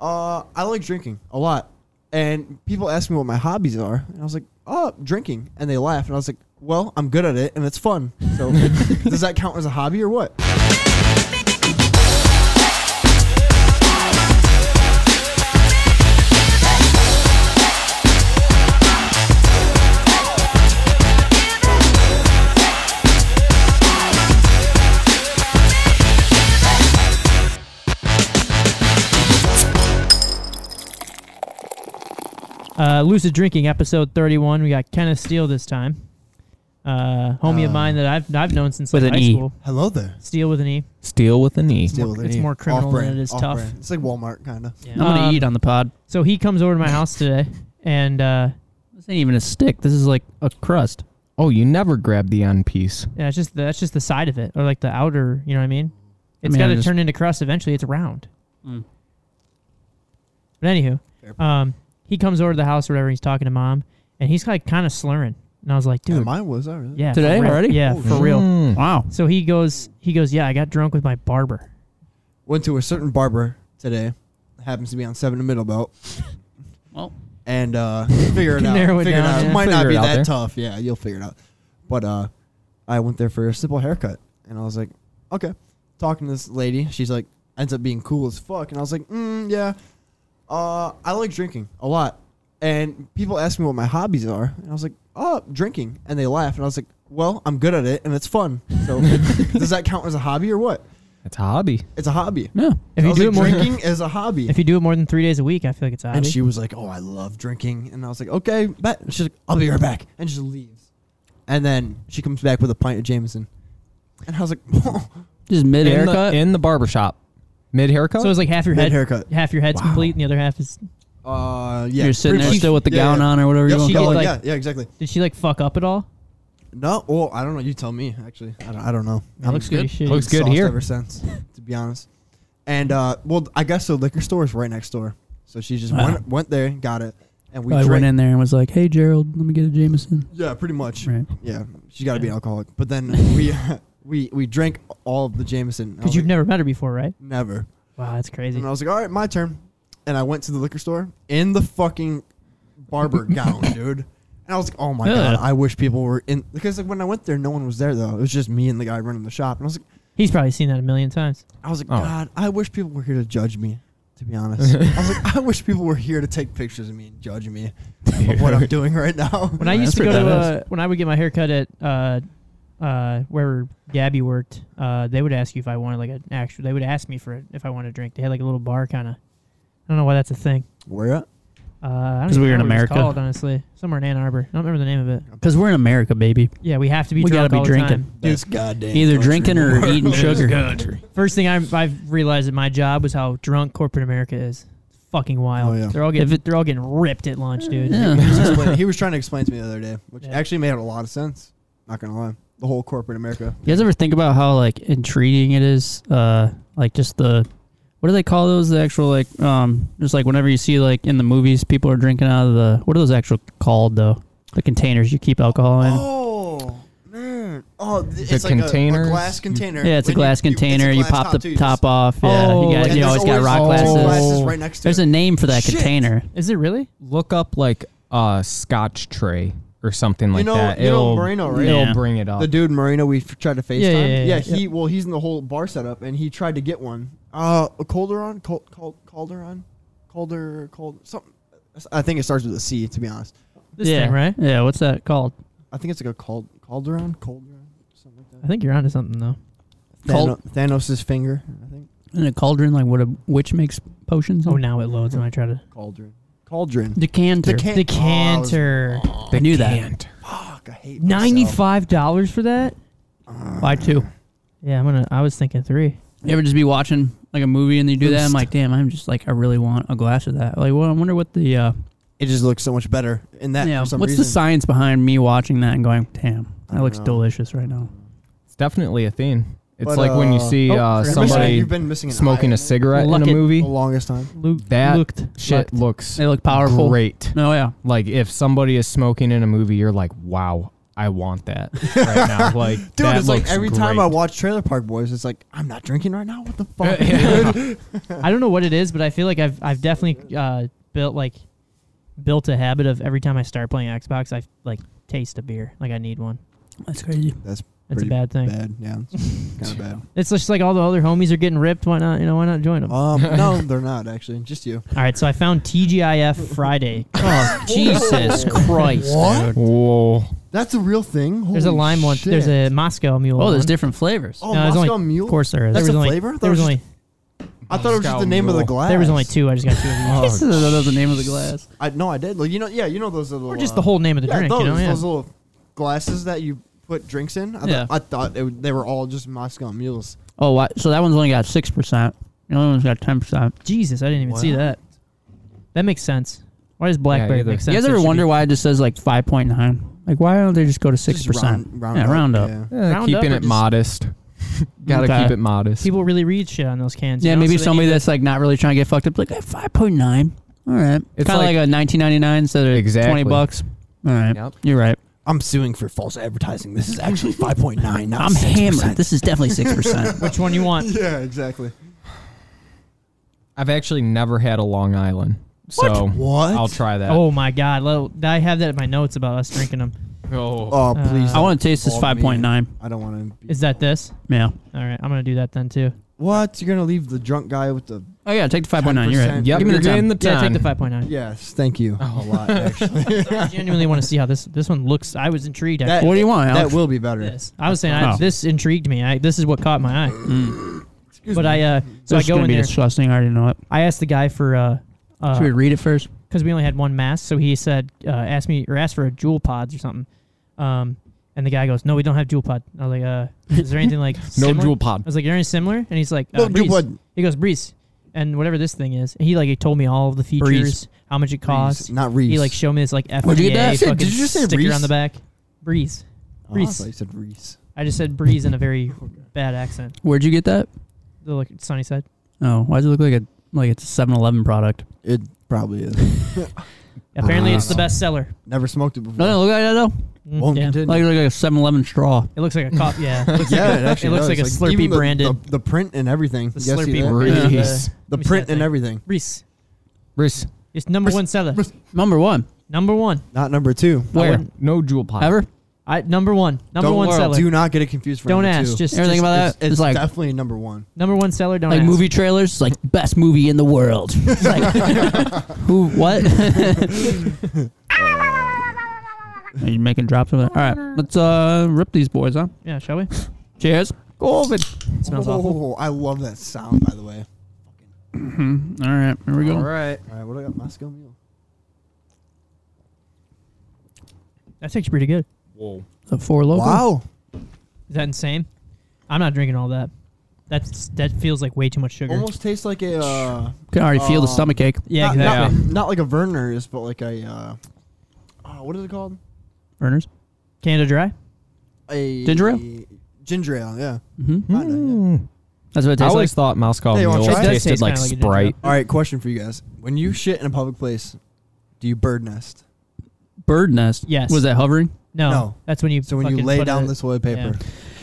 Uh, I like drinking a lot, and people ask me what my hobbies are, and I was like, "Oh, drinking," and they laugh, and I was like, "Well, I'm good at it, and it's fun." So, does that count as a hobby or what? Uh, lucid drinking episode thirty-one. We got Kenneth Steele this time. Uh, homie of Uh, mine that I've I've known since with like, an high E. school. Hello there. Steele with an E. Steel with a knee. Deal with it's more criminal than Off-brand, it is tough. off-brand. It's like Walmart kind of. Yeah. I'm gonna Um, eat on the pod. So he comes over to my house today, and uh, This ain't even a stick. This is like a crust. Oh, you never grab the end piece. yeah, it's just that's just the side of it, or like the outer. You know what I mean? I It's mean, got I to just- turn into crust eventually. It's round. Mm. But anywho, Fair point. um, he comes over to the house or whatever. He's talking to mom, and he's like kind of slurring, and I was like, Yeah, dude, mine was. I really. yeah, for Today real. already? yeah, Holy for real. Hmm. Wow. So he goes, he goes, yeah, I got drunk with my barber. Went to a certain barber today. Happens to be on seven to middle belt. Well. and uh, figure it out. Narrow it figure down, it out. yeah. Might not Figure be it out that there. tough. Yeah, you'll figure it out. But uh, I went there for a simple haircut, and I was like, okay. Talking to this lady, she's like, ends up being cool as fuck, and I was like, mm, yeah. Uh, I like drinking a lot, and people ask me what my hobbies are, and I was like, oh, drinking, and they laugh, and I was like, well, I'm good at it, and it's fun. So, does that count as a hobby or what? It's a hobby. It's a hobby. No. I If you was do like, it more, than, drinking is a hobby. if you do it more than three days a week, I feel like it's a hobby. And she was like, "Oh, I love drinking," and I was like, "Okay, bet." And she's like, "I'll be right back," and she leaves. And then she comes back with a pint of Jameson, and I was like, "Oh, Just mid haircut? in the barber shop. Mid haircut. so it's like half your head, "Mid haircut." half your head's Wow. complete, and the other half is. Uh, yeah. You're sitting pretty there much. still with the Yeah, gown yeah. on or whatever Yep, you want she to call did, it. like- yeah, yeah, exactly. Did she like fuck up at all? No, well, I don't know. You tell me. Actually, I don't. I don't know. That looks good. Shitty. Looks good Sauced here. Ever since, to be honest. And uh, well, I guess the liquor store is right next door, so she just Wow. went went there, got it, and we Probably drank. went in there and was like, "Hey, Gerald, let me get a Jameson." Yeah, pretty much. Right. Yeah, she's got to be Yeah. an alcoholic. But then we we we drank all of the Jameson. I was Because you've like, never met her before, right? never. Wow, that's crazy. And I was like, all right, my turn. And I went to the liquor store in the fucking barber gown, dude. And I was like, oh my god, Ugh. I wish people were in because like when I went there, no one was there though. It was just me and the guy running the shop. And I was like, He's probably seen that a million times. I was like, Oh. God, I wish people were here to judge me. To be honest, I was like, I wish people were here to take pictures of me and judge me of what I'm doing right now. When I Yeah, used that's to go pretty to badass. uh, when I would get my hair cut at uh, uh, wherever Gabby worked, uh, they would ask you if I wanted like an actual. They would ask me for it if I wanted a drink. They had like a little bar kind of. I don't know why that's a thing. Where at? Uh, I don't 'Cause even we were know in what it was America. Called, honestly, somewhere in Ann Arbor. I don't remember the name of it. Because we're in America, baby. Yeah, we have to be. We drunk gotta be all the drinking. time. This goddamn. Either country drinking or world. eating sugar. First thing I, I've realized at my job was how drunk corporate America is. It's fucking wild. Oh, yeah. They're all getting If it- they're all getting ripped at lunch, dude. Yeah. He was explain- he was trying to explain to me the other day, which Yeah. actually made a lot of sense. Not gonna lie, the whole corporate America. You guys ever think about how like intriguing it is? Uh, like just the what do they call those? The actual like um, just like whenever you see like in the movies, people are drinking out of the what are those actual called though? The containers you keep alcohol in. Oh man! Oh, th- The it's like a- a, containers. glass container. yeah, it's a When you- glass you- it's a container. You, glass pop the too, top just- off. Yeah, Oh, you, off. guys, and you there's always got rock two glasses. glasses right next to There's it. a name for that Shit. container. Is it really? Look up like a Scotch tray or something like know- that. you know it'll Moreno, right? it'll Yeah. bring it up. The dude Marino, we f- tried to FaceTime. yeah, yeah, yeah. he well, he's in the whole bar setup, and he tried to get one. Uh, a Calderon, Cal- Cal- Calderon, Calder, Calder, something. I think it starts with a C. To be honest, This yeah, thing, right? Yeah, what's that called? I think it's like a Cal- Calderon, Calderon, something like I that. think you're onto something though. Cal- Thano- Thanos' finger, I think. In a cauldron, like what a witch makes potions. Oh, in? now it loads when I try Oh, to Cauldron, cauldron. decanter. Decan- decanter. Oh, I knew that. Fuck, I hate Ninety five dollars for that? Ah. Why two? Yeah, I'm gonna. I was thinking three. You ever just be watching like a movie and they do that? I'm Boost. like, damn, I'm just like, I really want a glass of that. Like, well, I wonder what the uh, It just looks so much better in that. yeah, for what's some the reason. science behind me watching that and going, I damn, that don't looks know. delicious right now. It's definitely a theme. It's But, like when you uh, see oh, You're forgot. uh, missing- somebody you've been missing an smoking eye. a cigarette Look in a it. movie. the longest time. Luke, That looked Shit looked. looks They look powerful. great. No, yeah, Like if somebody is smoking in a movie, you're like, wow, I want that right now. Like, Dude, that it's like looks every time I great. watch Trailer Park Boys, it's like I'm not drinking right now. What the fuck? Yeah. dude? I don't know what it is, but I feel like I've I've definitely uh, built like built a habit of every time I start playing Xbox, I like taste a beer. Like I need one. That's crazy. That's That's Pretty a bad thing. bad. Yeah, kind of bad. It's just like all the other homies are getting ripped. Why not? You know, why not join Oh. them? Um, no, they're not actually. Just you. All right, so I found TGIF Friday. Oh, Jesus Christ. What? dude. Whoa. That's a real thing. There's a Holy lime one. shit. There's a Moscow Mule. Oh, there's one. different flavors. oh no, there's Moscow only- Mule. Of course, there is. That's there was a only, flavor? I thought There it was was only I thought it was just Moscow the name of the Mule. glass. there was only two. I just got two of each. Oh, This is another name of the glass. I no, I did. Like you know, yeah, you know those little. Or just uh, the whole name of the yeah, drink. Those, you know, yeah. those little glasses that you put drinks in. I, Yeah. thought I thought it, would- they were all just Moscow mules. Oh, wow. so that one's only got six percent. The other one's got ten percent. Jesus, I didn't even see Wow. that. That makes sense. Why does BlackBerry either. make sense? You guys It ever should wonder be- why it just says like five point nine? Like why don't they just go to six percent? Just round, round Yeah, up. round up. Yeah. Eh, Round up keeping or it just- modest. Gotta Okay. keep it modest. people really read shit on those cans? you Yeah, know? maybe So they somebody need to- that's like not really trying to get fucked up, like five point nine. All right, It's it's kind of like- like, a nineteen ninety nine instead of Exactly. twenty bucks. All right, Yep. you're right. I'm suing for false advertising. This is actually 5.9. Not I'm 6%. hammered. This is definitely six percent. which one you want. Yeah, exactly. I've actually never had a Long Island. So What? I'll try that. Oh my god, lo- I have that in my notes about us drinking them. Oh. Oh, please. Uh, I want to taste this Involve five me. point nine. I don't want to. Is that this? Yeah. All right, I'm gonna do that then too. What? You're going to leave the drunk guy with the. Oh yeah, take the five point nine. You're right. 10%. Yep, Give me you're the ten. getting the Yeah, ten. take the 5.9. Yes, thank you. Oh, A lot, actually. I genuinely want to see how this this one looks. I was intrigued. That- That, What do you want? that Alex? will be better. this. I was saying I, Oh. this intrigued me. I, this is what caught my eye. Mm. But I uh, so This I is go gonna in be there. disgusting. I already know it. I asked the guy for uh, Should we because read it first? we only had one mask, so he said uh, ask me or ask for a jewel pods or something. Um, and the guy goes, no, we don't have jewel pod. I was like, uh, is there anything like No similar? jewel pod. I was like, "Are any similar?" And he's like, uh, No, Breeze. you wouldn't. He goes, "Breeze," and whatever this thing is, he like he told me all of the features, Breeze. how much it costs. Reese, Not Reese. He like showed me this like FDA Where'd you get that? fucking Shit, did you just say sticker Breeze? on the back. Breeze. oh, I Reese. thought you said Reese. I just said Breeze in a very bad accent. Where'd you get that? The look sunny side. Oh, why does it look like a like it's a Seven Eleven product? It probably is. Apparently, it's the Wow. best seller. Never smoked it before. Doesn't it look like that though? Mm, Won't yeah. continue. Like like a 7-Eleven straw. It looks like a cop. Yeah. It looks yeah, like it a, actually looks like a does. Slurpee even the- branded. The, the print and everything. The You guys see Slurpee that? brand. Reese. uh, Jeez. The let me see print that and thing. everything. Breeze. Breeze, It's number one seller. Number one. Number one. Not number two. I, Where? wouldn't- No jewel pod. Ever? I number one. Number don't one worry, seller. Do not get it confused for don't number ask. two. Just just- Everything about that? it's, it's It's like definitely number one. Number one seller. Don't like ask. movie trailers, it's like best movie in the world. It's like who what? Are you making drops over there? All right, let's uh rip these boys, huh? Yeah, shall we? It Cheers. COVID. smells oh, awful. I love that sound, by the way. Mhm. All right, here we go. right. All right, what do I got? Moscow Mule. That tastes pretty good. Whoa. The four local. Wow. Is that insane? I'm not drinking all that. That's that feels like way too much sugar. Almost tastes like a. Uh, Can already feel the Um, stomach ache. Yeah, not, exactly. Not, not like a Verner's, but like a. Uh, oh, what is it called? Burners. Canada Dry. A Ginger Ginger ale, yeah. Mm-hmm. Kinda, yeah. That's what it tastes Hmm. I always thought Moscow Hey, you wanna Mule try it? It does tasted taste like kinda like a ginger Sprite. All right, question for you guys: When you shit in a public place, do you bird nest? like. Bird nest. Yes. Was that hovering? No, No. that's when you. So when you fucking lay put down it- the toilet paper,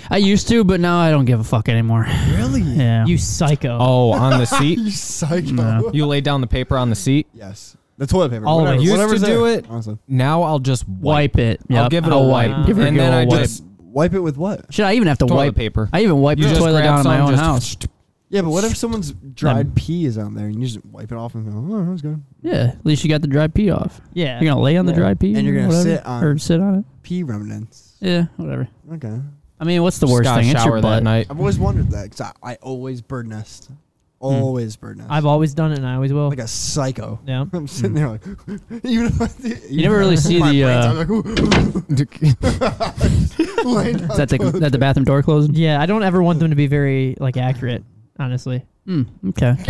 I used to, but now I don't give a fuck anymore. really? Yeah. you psycho. Oh, on the You seat? psycho. No. you lay down the paper on the seat? Yes, the toilet paper. All of it. whatever, Used to whatever's do there, it. Honestly, Now I'll just wipe. wipe it. I'll Yep, give it a wipe. wipe. Give it a and good then I old wipe. just wipe it with what? Should I even have to toilet wipe? paper. I even wipe You the just toilet grab down in my some, own just- house. Yeah, but what if someone's dried pee is on there and you just wipe it off and go, oh, that was good. Yeah, at least you got the dry pee off. yeah. You're gonna lay on the Yeah. dry pee, And you're gonna whatever, sit on- or sit on it. Pee remnants. Yeah, whatever. Okay. I mean, what's the Just worst gotta thing? It's shower your that butt. night. I've always wondered that because I, I always bird nest. Always bird nest. I've always done it, and I always will. like a psycho. yeah. I'm sitting there like, even if I, You never really see my the. brains, Uh, I'm like, laying is down that the, that the bathroom door closing? Yeah, I don't ever want them to be very like accurate. Honestly, Mm, okay.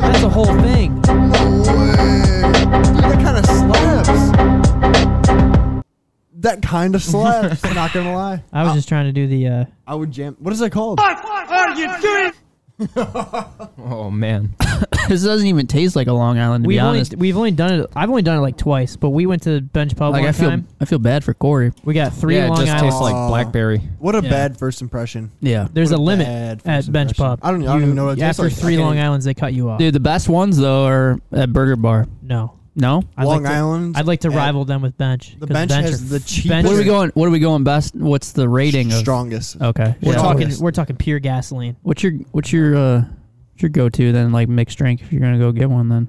that's the whole thing. That kind of slaps. That kind of slaps. not gonna lie. I was just trying to do the. uh I would jam. What is that called? oh, man. this doesn't even taste like a Long Island. To we've be honest, only we've only done it. I've only done it like twice, but we went to Bench Pub like one I feel time. I feel bad for Corey. We got three yeah, it Long just Island. tastes like Aw. blackberry. What a Yeah. bad first impression. Yeah, There's What a limit bad first at Bench impression. Pub. I don't even- I don't even know what it tastes after like. I three can't Long even- Islands, they cut you off. dude, the best ones though are at Burger Bar. No, No, I'd Long like to, Island. I'd like to at- rival them with Bench. The 'cause Bench bench has are- the cheapest- Bench what are we are- going? What are we going best? What's the rating of? Uh, strongest. Okay, We're Yeah. talking. Strongest. We're talking pure gasoline. What's your what's your uh what's your go to then like mixed drink if you're gonna go get one then?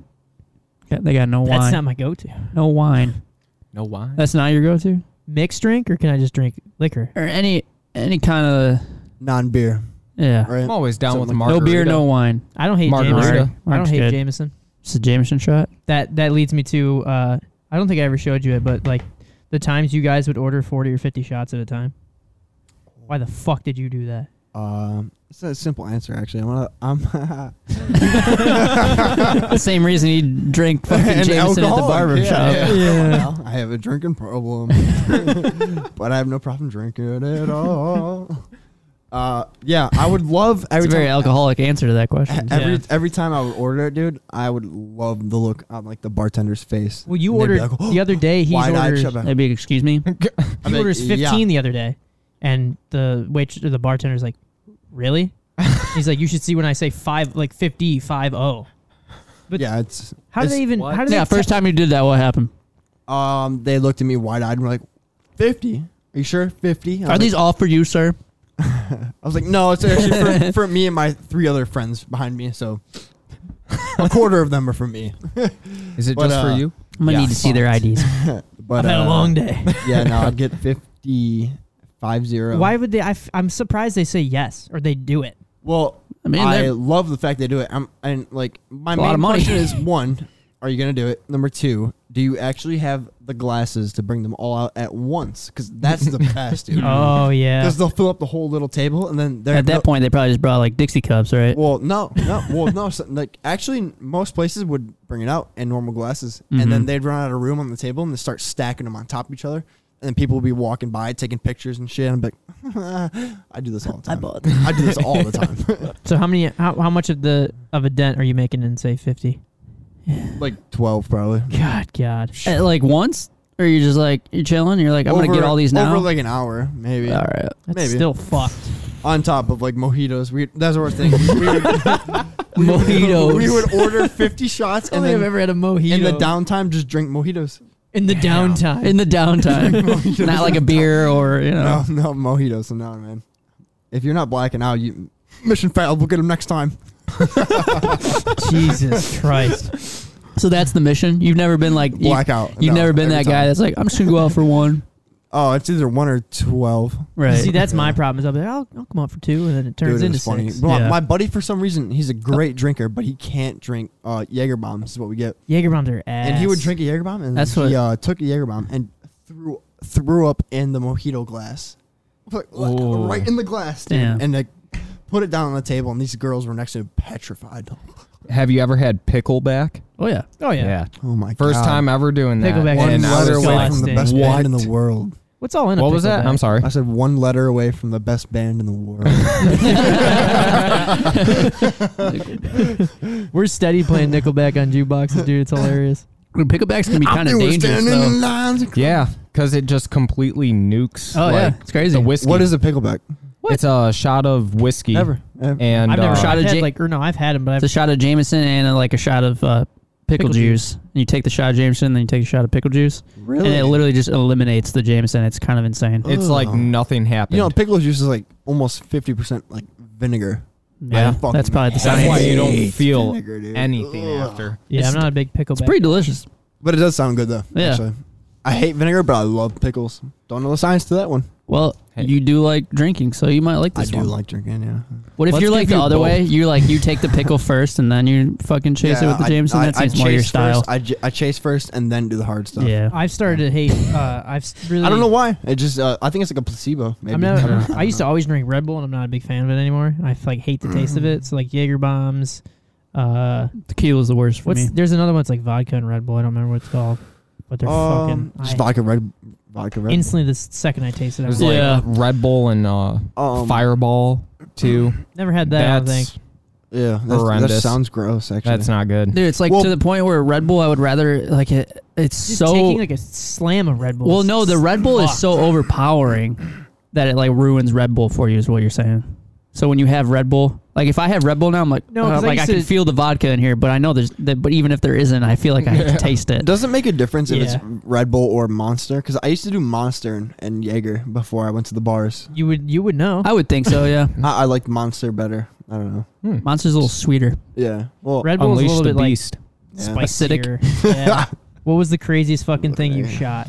Yeah, they got no That's wine. not my go-to. no wine. No wine. That's not your go to? Mixed drink, or can I just drink liquor? Or any any kind of Non beer. yeah. Right? I'm always down with Something No margarita. beer, no wine. I don't hate Margarita. Jameson. I don't Mark's hate good. Jameson. It's a Jameson shot. That that leads me to. Uh, I don't think I ever showed you it, but like the times you guys would order forty or fifty shots at a time. Why the fuck did you do that? Um, it's a simple answer, actually. I'm. Gonna, I'm the same reason he drank fucking An Jameson at the alcoholic, barber yeah, shop. yeah. Well, I have a drinking problem, but I have no problem drinking at all. Uh, yeah, I would love It's every a very time, alcoholic answer to that question. every Yeah. every time I would order it, dude. I would love the look on like the bartender's face. Well, you And they'd be ordered like, the other day. He Wide-eyed orders. shut back. Maybe excuse me. I'm He like, orders "Yeah." fifteen the other day, and the wait the bartender's like, really? He's like, you should see when I say five like fifty five oh. but- yeah, it's How do It's- they even? what? How do they? Yeah, first time you did that, what happened? um. They looked at me wide eyed and were like, 50? Are you sure? 50? Are these all for you, sir? I was like, no, it's actually for, for me and my three other friends behind me. So a quarter of them are for me. Is it But, just uh, for you? I'm gonna Yeah. need to see their IDs. But I've had a uh, long day. yeah, no, I'd get 50, 50. Why would they? I f- I'm surprised they say yes or they do it. Well, I I, mean, they're- love the fact they do it. I'm and like my A lot main of money. question is one, are you gonna do it? Number two, do you actually have the glasses to bring them all out at once? Because that's the best, dude. Oh yeah. Because they'll fill up the whole little table, and then they're At that point, they probably just brought like Dixie cups, right? Well, no, no, well, no. So, like, actually, most places would bring it out in normal glasses, and Mhm. then they'd run out of room on the table and they start stacking them on top of each other, and then people would be walking by taking pictures and shit. And I'm like, I do this all the time. bought. I do this all the time, So how many? How, how much of the of a dent are you making in say fifty? like twelve probably. God, God. At, like once, or you're just like you're chilling. You're like, I'm gonna Over- get all these now. over like an hour maybe. all right. That's Maybe. still fucked. On top of like mojitos, we that's what we're thinking. we would, Mojitos. we would order fifty shots and then ever had a mojito in the downtime just drink mojitos. in the downtime. in the downtime, not like a beer or you know. No, no mojitos. No, man. If you're not blacking out, you mission failed. We'll get them next time. Jesus Christ. So that's the mission. You've never been like you, have Blackout. No, never been every that time. guy that's like, I'm just gonna go out for one. Oh, it's either one or twelve. Right. See, that's my problem. Is I'll be like, I'll, I'll come up for two, and then it Dude, turns it into was funny. six. My, Yeah. Uh, my buddy, for some reason, he's a great drinker, but he can't drink uh, Jaeger bombs. Is what we get. Jaeger bombs are ass. And he would drink a Jaeger bomb, and That's he what- uh, took a Jaeger bomb and threw threw up in the mojito glass, Like, like, Ooh. right in the glass, dude. Damn. And like, put it down on the table, and these girls were next to him, petrified. Have you ever had pickleback? Oh yeah. Oh yeah. Oh my god! First time ever doing that. Pickleback one and is I letter was so away like, from the disgusting. best band in What? the world. What's all in a what was that? pickleback? I'm sorry. I said one letter away from the best band in the world. We're steady playing Nickelback on jukeboxes, dude. It's hilarious. Picklebacks can be kind of dangerous though. Yeah, because it just completely nukes. Oh yeah, like, it's crazy. The whiskey. What is a pickleback? It's a shot of whiskey. Never. And I've never uh, shot I've a had, like, or no, I've had him, but It's a I've, shot of Jameson and uh, like a shot of uh, Pickle pickle, juice. And you take the shot of Jameson, then you take a shot of pickle juice, Really? and it literally just eliminates the Jameson. It's kind of insane. It's like Ugh. nothing happened. you know, pickle juice is like almost fifty percent like vinegar. yeah, fucking that's probably the That's science. why you don't Hate feel vinegar, dude. anything Ugh. after. yeah, I'm not a big pickleback. It's pretty delicious. But it does sound good though. Yeah. Actually. I hate vinegar, but I love pickles. Don't know the science to that one. Well, Hey. you do like drinking, so you might like this one. like drinking. Yeah. what if Let's you're like give the you other both. way? You like you take the pickle first, and then you fucking chase it with the Jameson. that seems more your chase style. First, I, j- I chase first and then do the hard stuff. yeah, I've started to hate. Uh, I've s- really. I don't know why. It just. Uh, I think it's like a placebo. Maybe. I'm I not, don't know. I, used to always drink Red Bull, and I'm not a big fan of it anymore. I like hate the taste of it. So like Jaeger bombs. Uh, tequila is the worst for what's me. there's another one that's like vodka and Red Bull. I don't remember what it's called, but they're Um, fucking. just I- vodka red. Vodka red. instantly the s- second I tasted it, I There's was like like, Yeah. Red Bull and uh, Um, Fireball too. never had that. I don't think. That's Yeah, that's, that Horrendous. sounds gross. Actually, That's not good. Dude, it's like Well- to the point where Red Bull, I would rather like it. It's Just so taking like a slam of Red Bull. well, is no, the Red Bull is so overpowering that it like ruins Red Bull for you, is what you're saying. So when you have Red Bull, like if I have Red Bull now, I'm like, No, uh, 'cause I like I used can to- feel the vodka in here, but I know there's, that, but even if there isn't, I feel like I have to taste it. It doesn't make a difference if it's Yeah. Red Bull or Monster because I used to do Monster and, and Jaeger before I went to the bars. You would you would know. I would think so, yeah. I, I liked Monster better. I don't know. Hmm. Monster's a little sweeter. Yeah. Well, Red Bull is a Unleash little the bit like beast. yeah. spicier. Yeah. what was the craziest fucking thing you shot?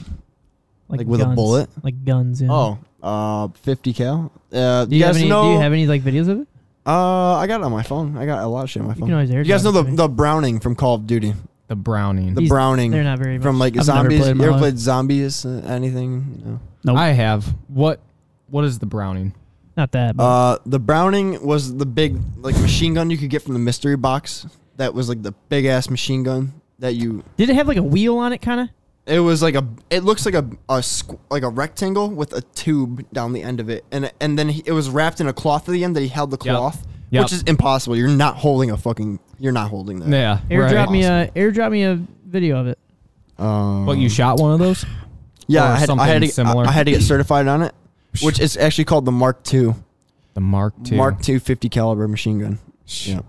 Like with a guns. bullet? Like guns. Yeah. Oh, uh, 50 cal. Uh, Do you, guys have any? know? Do you have any like videos of it? uh, I got it on my phone. I got a lot of shit on my You phone. can always air. You guys know drop the, it to me. the Browning from Call of Duty. The browning. The He's- Browning They're not very much. from like I've never zombies. played in You my ever life. played zombies? Uh, anything? No. Nope. I have. What what is the browning? not that. But Uh, the Browning was the big like machine gun you could get from the mystery box. That was like the big ass machine gun that you. did it have like a wheel on it? Kind of. It was like a. It looks like a a squ- like a rectangle with a tube down the end of it, and and then he, it was wrapped in a cloth at the end that he held the Yep. cloth, Yep. which is impossible. You're not holding a fucking. You're not holding that. Yeah. Airdrop right. me a airdrop me a video of it. Um, But you shot one of those? Yeah, or I had, I something had to, similar. I, I had to get certified on it, which is actually called the Mark II, The Mark II. Mark II 50 caliber machine gun. Shh. Yeah,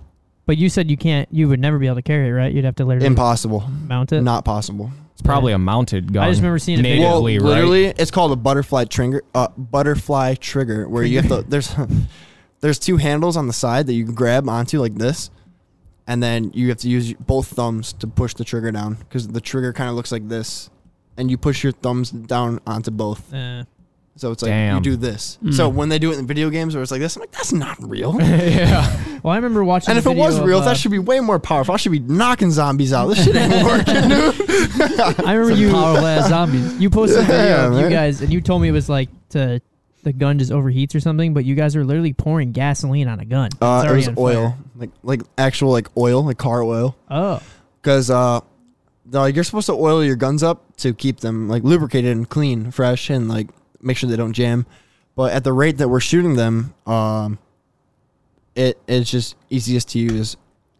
But you said you can't. You would never be able to carry it, right? You'd have to literally impossible, mount it. not possible. It's probably a mounted gun. I just remember seeing a video. Well, natively, right? literally, it's called a butterfly trigger. Uh, butterfly trigger, where you have to there's there's two handles on the side that you can grab onto like this, and then you have to use both thumbs to push the trigger down because the trigger kind of looks like this, and you push your thumbs down onto both. Uh, So it's like you Damn. do this. Mm. So when they do it in video games where it's like this, I'm like, that's not real. yeah. well, I remember watching. And a if it video was of, real, uh, that should be way more powerful. I should be knocking zombies out. This shit ain't working, Uh, dude. I remember you power zombies. You posted a Yeah, video of you man. guys, and you told me it was like to the gun just overheats or something. But you guys are literally pouring gasoline on a gun. Uh, It's it already was on oil, fire. like like actual like oil, like car oil. Oh, because uh, the, like, you're supposed to oil your guns up to keep them like lubricated and clean, fresh, and like make sure they don't jam. But at the rate that we're shooting them, um, it it's just easiest to use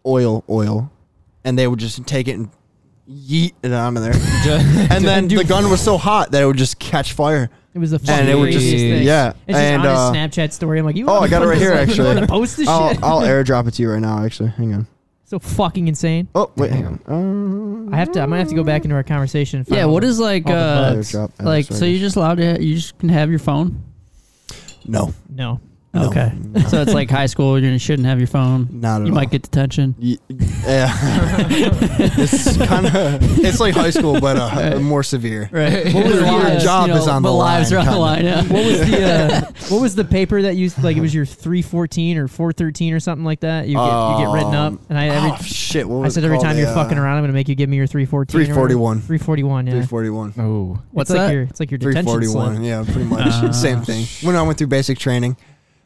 oil, oil, and they would just take it and yeet it onto there, and then the gun was so hot that it would just catch fire. it was the And fucking it would craziest just thing. yeah, It's just and on uh, his Snapchat story. I'm like, you. oh, wanna I got it put right this, here, like, you actually. Oh, uh, wanna post this shit. I'll, I'll airdrop it to you right now. Actually, hang on. so fucking insane. Oh wait, hang Damn. on. Uh, I have to. I'm gonna have to go back into our conversation. and find yeah, all what the- is like, all the uh, bugs. airdrop. Oh, like, sorry, so you're just allowed to, ha- you just can have your phone? no, no? no, Okay. no, So it's like high school, you shouldn't have your phone. not at You all. might get detention. Ye- Yeah, it's kind of it's like high school, but uh, more severe. Right. What was the, uh, job is on but the lives line, are on the kinda. line. Yeah. What was the uh, what was the paper that you like? It was your three fourteen or four thirteen or something like that. You get you get written up, Um, and I every oh shit! What I was said every time you're fucking around, I'm gonna make you give me your three fourteen. uh, Three forty one. Three forty one. Yeah. Three forty one. Oh. What's it's that? Like your, it's like your Three detention forty one. slip. Yeah, pretty much Ah. same thing. When I went through basic training,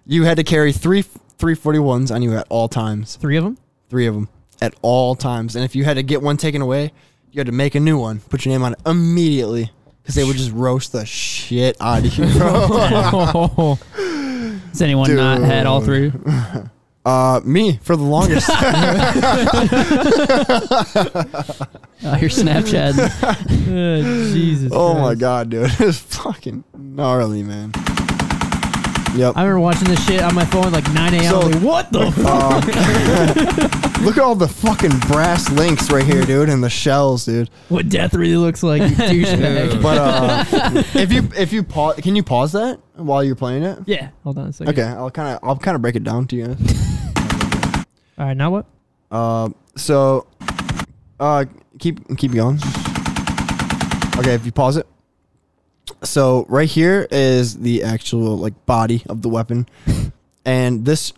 you had to carry three three forty ones on you at all times. Three of them. Three of them at all times, and if you had to get one taken away, you had to make a new one. Put your name on it immediately. Because they would just roast the shit out of you, bro. Oh, Has anyone not had all three? uh, me for the longest. Uh, your Snapchat. Jesus. Oh my god, dude. It's fucking gnarly, man. Yep. I remember watching this shit on my phone like 9 a.m. So- I'm like, what the? F-? Uh, look at all the fucking brass links right here, dude, and the shells, dude. What death really looks like, you douchebag. But uh if you if you pause can you pause that while you're playing it? yeah. Hold on a second. Okay, I'll kind of I'll kind of break it down to you. All right. Now what? Uh, so uh keep keep going. Okay, if you pause it. So right here is the actual like body of the weapon. And this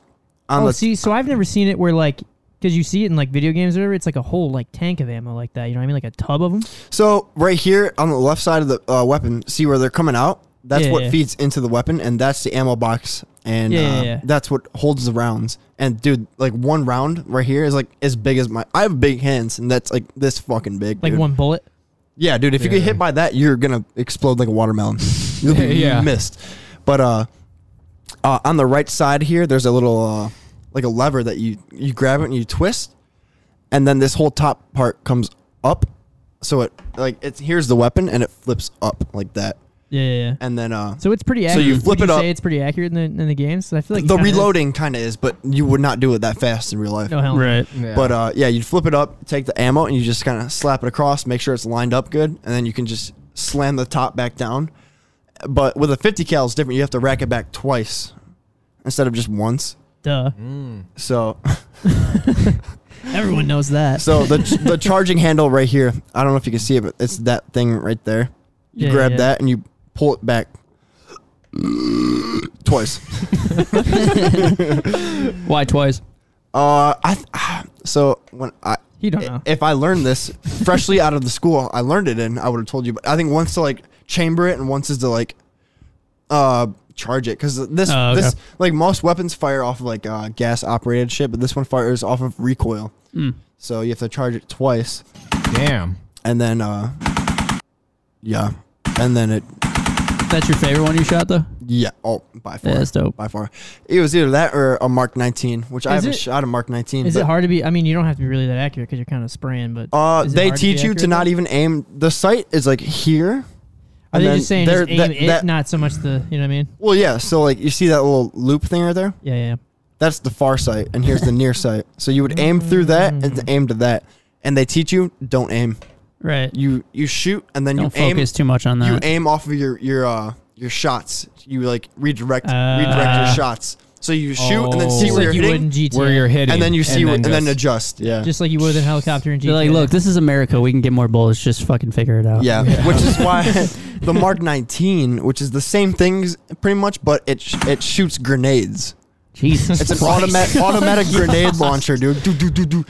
on oh, the see, so I've never seen it where like, because you see it in like video games or whatever, it's like a whole like tank of ammo like that. You know what I mean? Like a tub of them. So right here on the left side of the uh, weapon, see where they're coming out. That's Yeah, what yeah. feeds into the weapon, and that's the ammo box, and Yeah, uh, yeah, yeah. that's what holds the rounds. And dude, like one round right here is like as big as my. I have big hands, and that's like this fucking big. Like dude. one bullet. Yeah, dude. If you get Yeah. hit by that, you're gonna explode like a watermelon. You'll be Yeah. missed. But uh, uh, on the right side here, there's a little uh, like a lever that you you grab it and you twist, and then this whole top part comes up, so it like it's here's the weapon and it flips up like that, Yeah, yeah. yeah. and then uh So it's pretty So accurate. you flip Would it you up. say it's pretty accurate in the, in the games? I feel like it the kinda is. reloading kind of is, but you would not do it that fast in real life. No hell. no. Right. Yeah. But uh, yeah, you'd flip it up, take the ammo, and you just kind of slap it across, make sure it's lined up good, and then you can just slam the top back down. But with a 50 cal, it's different. You have to rack it back twice instead of just once. Duh. Mm. So, Everyone knows that. so the the charging handle right here. I don't know if you can see it, but it's that thing right there. You Yeah, grab yeah. that and you pull it back twice. Why twice? Uh, I th- so when I You don't I- know. If I learned this freshly out of the school, I learned it and I would have told you. But I think once to like chamber it and once is to like uh charge it because this Oh, okay. this like most weapons fire off of like uh, gas operated shit, but this one fires off of recoil. Mm. So you have to charge it twice Damn. and then uh yeah and then it That's your favorite one you shot though. yeah oh by far Yeah, that's dope. by far it was either that or a Mark 19, which I Is haven't it- shot a Mark 19. Is eh, but- it hard to be? I mean, you don't have to be really that accurate because you're kind of spraying, but Uh, Is it they hard to be teach you to accurate, not though? even aim. The sight is like here. are and they then just saying there- just aim that- it, that- not so much the, you know what I mean? Well, yeah. So like you see that little loop thing right there. Yeah, yeah. That's the far sight, and here's the near sight. So you would aim through that and Mm. then aim to that, and they teach you don't aim. Right. You you shoot and then Don't you aim. focus too much on You that. aim off of your your uh your shots. You like redirect redirect your Uh. shots. So you shoot and then Oh. see Just where like you're you would in hitting, GTA. Where you're hitting, and then you see where, and then just- adjust. Yeah. just like you would in helicopter in GTA. They're like, look, this is America. We can get more bullets. Just fucking figure it out. Yeah, which is why the Mark 19, which is the same things pretty much, but it sh- it shoots grenades. Jesus. It's an Christ. automatic automatic grenade launcher, dude. Do do do do.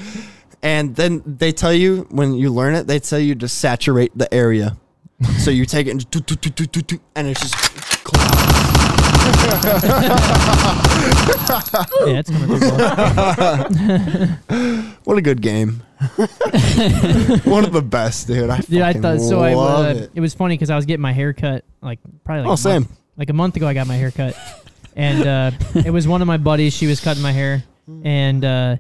And then they tell you when you learn it, they tell you to saturate the area. so you take it and do, do, do, do, do, do, and it's just cloud. yeah, it's coming through. bro. What a good game. One of the best, dude. I Dude, I fucking thought so. I love was, it. it. was funny because I was getting my hair cut like probably like, oh, a, Sam. Month, like a month ago. I got my hair cut, and uh, it was one of my buddies. She was cutting my hair, and uh,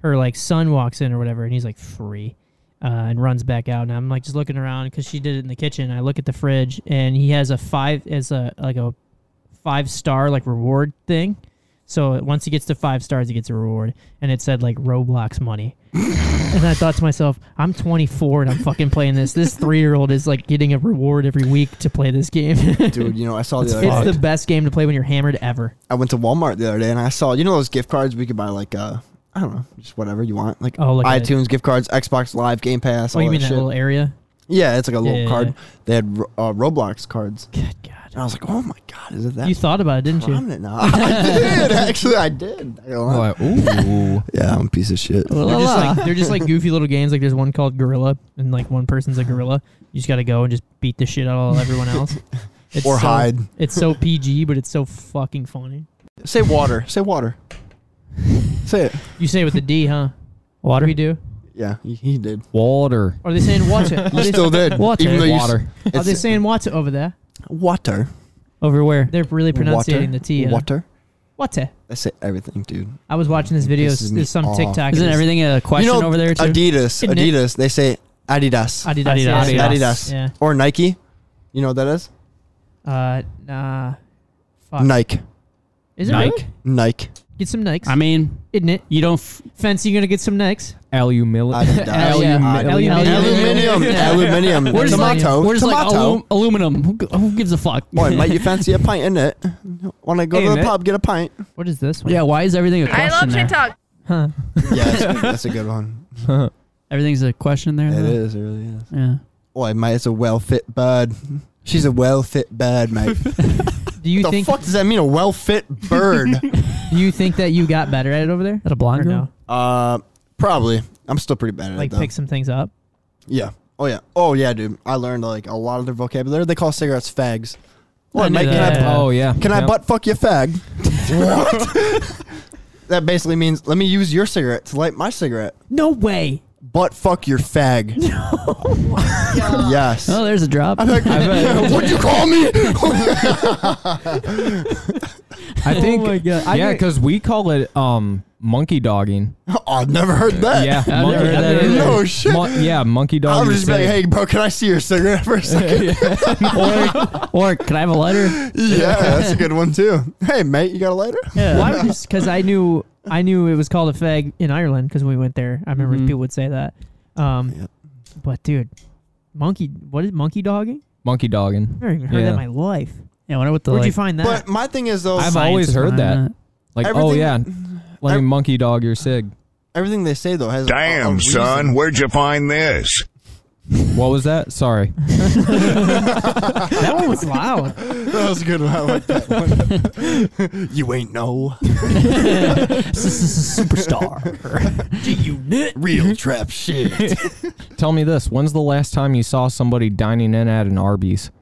her like son walks in or whatever, and he's like free, uh, and runs back out. And I'm like just looking around because she did it in the kitchen. I look at the fridge, and he has a five as a like a five star like reward thing. So once he gets to five stars, he gets a reward, and it said like Roblox money. and I thought to myself, I'm 24 and I'm fucking playing this. This three year old is like getting a reward every week to play this game. Dude, you know, I saw it's the other day. the best game to play when you're hammered ever. I went to Walmart the other day and I saw you know those gift cards we could buy like uh I don't know just whatever you want like Oh, like a- iTunes gift cards, Xbox Live, Game Pass. Oh, all you mean that shit. little area? Yeah, it's like a little Yeah, card. yeah. They had Ro- uh, Roblox cards, Good God. and I was like, oh my god, is it that You thought about it, didn't you? prominent now? I did actually, I did. I Oh, I- ooh. yeah, I'm a piece of shit. La, They're la, just, la. like, they're just like goofy little games. Like there's one called Gorilla, and like one person's a gorilla. You just got to go and just beat the shit out of everyone else. It's Or so- hide. It's so PG, but it's so fucking funny. Say water. Say water. Say it. You say it with the D, huh? Water. We do. Yeah, he, he did. water. Are they saying water? Are You they, still did. Water. Even though you s- Water. are they it's- saying water over there? water. Over where? They're really Water. pronouncing the T. huh? Water. Water. I say everything, dude. I was watching this video. Pisses s- me There's some off. TikTok. Isn't and it's everything a question you know, over there too? Adidas. Isn't it- Adidas. They say Adidas. Adidas? Adidas. Yeah. Adidas. Yeah. or Nike. You know what that is? Uh, nah. Fuck. Nike. Is it Nike? really? Nike. Get some Nikes. I mean, Isn't it? you don't. F- Fancy you gonna get some Nikes? Alumil. Adidas. Alu- Aluminium. Aluminium. Aluminium. Aluminium. We're just like- Tomato. Where's like Tomato. alu- aluminum? Who, g- who gives a fuck? Boy, might you fancy a pint in it? Want to go to Ain't the it? pub, get a pint. What is this one? yeah. Why is everything a I question love there? TikTok. Huh. Yeah, that's, good- that's a good one. Everything's a question there. It though? is, it really is. Yeah. Boy, mate, it's a well fit bird. She's a well fit bird, mate. Do you the think? fuck does that mean? A well fit bird? Do you think that you got better at it over there? At a blonde Or girl? no? uh, probably. I'm still pretty bad at Like it though. pick some things up. yeah. Oh yeah. Oh yeah, dude. I learned like a lot of their vocabulary. They call cigarettes fags. Boy, knew mate, can I that. Oh yeah. Can I Yep. butt fuck your fag? what? that basically means let me use your cigarette to light my cigarette. No way. butt fuck your fag. yes. Oh, there's a drop. I'm like, What'd you call me? I Oh think. my God. I Yeah, think- because we call it um monkey dogging. oh, I've never heard that. Yeah, I've never heard that either. No shit. Mon- yeah, monkey I dogging. was just is like, it. hey, bro, can I see your cigarette for a second? or, or can I have a lighter? yeah, that's a good one too. Hey, mate, you got a lighter? Yeah. Why would you? Because I knew I knew it was called a fag in Ireland because we went there. I remember Mhm. people would say that. Um, Yep. but dude, monkey, what is monkey dogging? monkey dogging. I never even heard Yeah. that in my life. Yeah, I wonder what the Where'd you like, find that? But my thing is though, I've science always is heard behind that. Like, oh Everything- yeah, let I- me monkey dog your sig. everything they say though has. a- a Damn, reason. son, where'd you find this? What was that? Sorry. that one was loud. That was a good one. I like that one. you ain't no superstar. real trap shit. Tell me this: When's the last time you saw somebody dining in at an Arby's?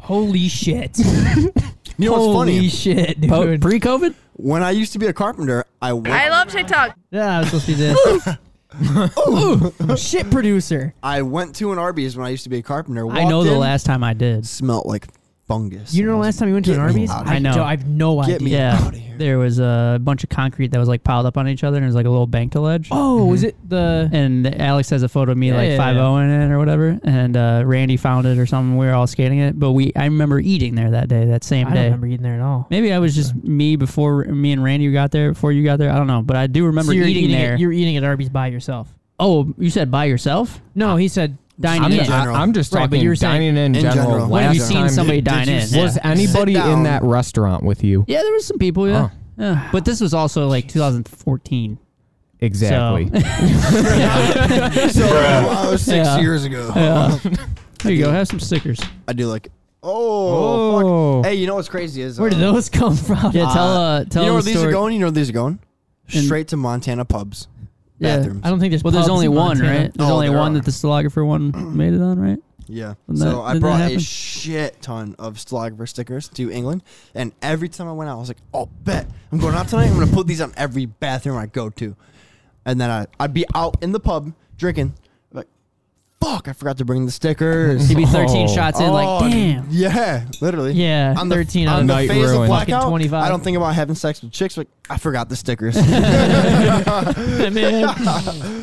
Holy shit! You know what's Holy funny? shit, dude. Po- Pre-COVID? when I used to be a carpenter, I went. I love TikTok. yeah, I was supposed to do this. shit producer. I went to an Arby's when I used to be a carpenter. I know walked the in, last time I did. smelt like fungus. You know the last time you went to an Get me Arby's? out of I here. know. I have no idea. Get me Yeah. out of here. There was a bunch of concrete that was like piled up on each other, and it was like a little bank to ledge. Oh, was it the? And Alex has a photo of me Yeah, like yeah, five zero in it or whatever, and uh, Randy found it or something. We were all skating it, but we I remember eating there that day, that I same don't day. remember eating there at all. Maybe I was just me before me and Randy got there before you got there. I don't know, but I do remember So you're eating, there. At, you're eating at Arby's by yourself. oh, you said by yourself? No, he said Dining I'm, in. ju- I- general. I'm just Right, talking but you're saying- dining In in, general. general. Last When have you seen time- somebody Did- dine did you- in? Yeah. Was Sit anybody in down. that restaurant with you? Yeah, there was some people. Yeah, Oh. yeah. but this was also like 2014. Exactly. So I was six Yeah. years ago. Uh, There you go. Have some stickers. I do like. Oh, Oh. fuck. Hey, you know what's crazy is Where uh, did those come from? Yeah, tell uh, You tell know where the these are story. going? You know where these are going? In- Straight to Montana pubs, Yeah. bathrooms. I don't think there's. Well, there's pubs only in one, Montana. right? There's Oh, only there one are. that the stenographer one made it on, right? Yeah. Didn't so that- I didn't that brought a happen? shit ton of Stolagifer stickers to England, and every time I went out, I was like, "Oh, bet I'm going out tonight. I'm gonna put these on every bathroom I go to." And then I I'd be out in the pub drinking, like, "Fuck, I forgot to bring the stickers." He'd be 13 Oh. shots in, Oh, like, damn. Yeah, literally. Yeah, On the, 13 out on of the Night phase ruined. of Fucking blackout, 25. I don't think about having sex with chicks. Like I forgot the stickers.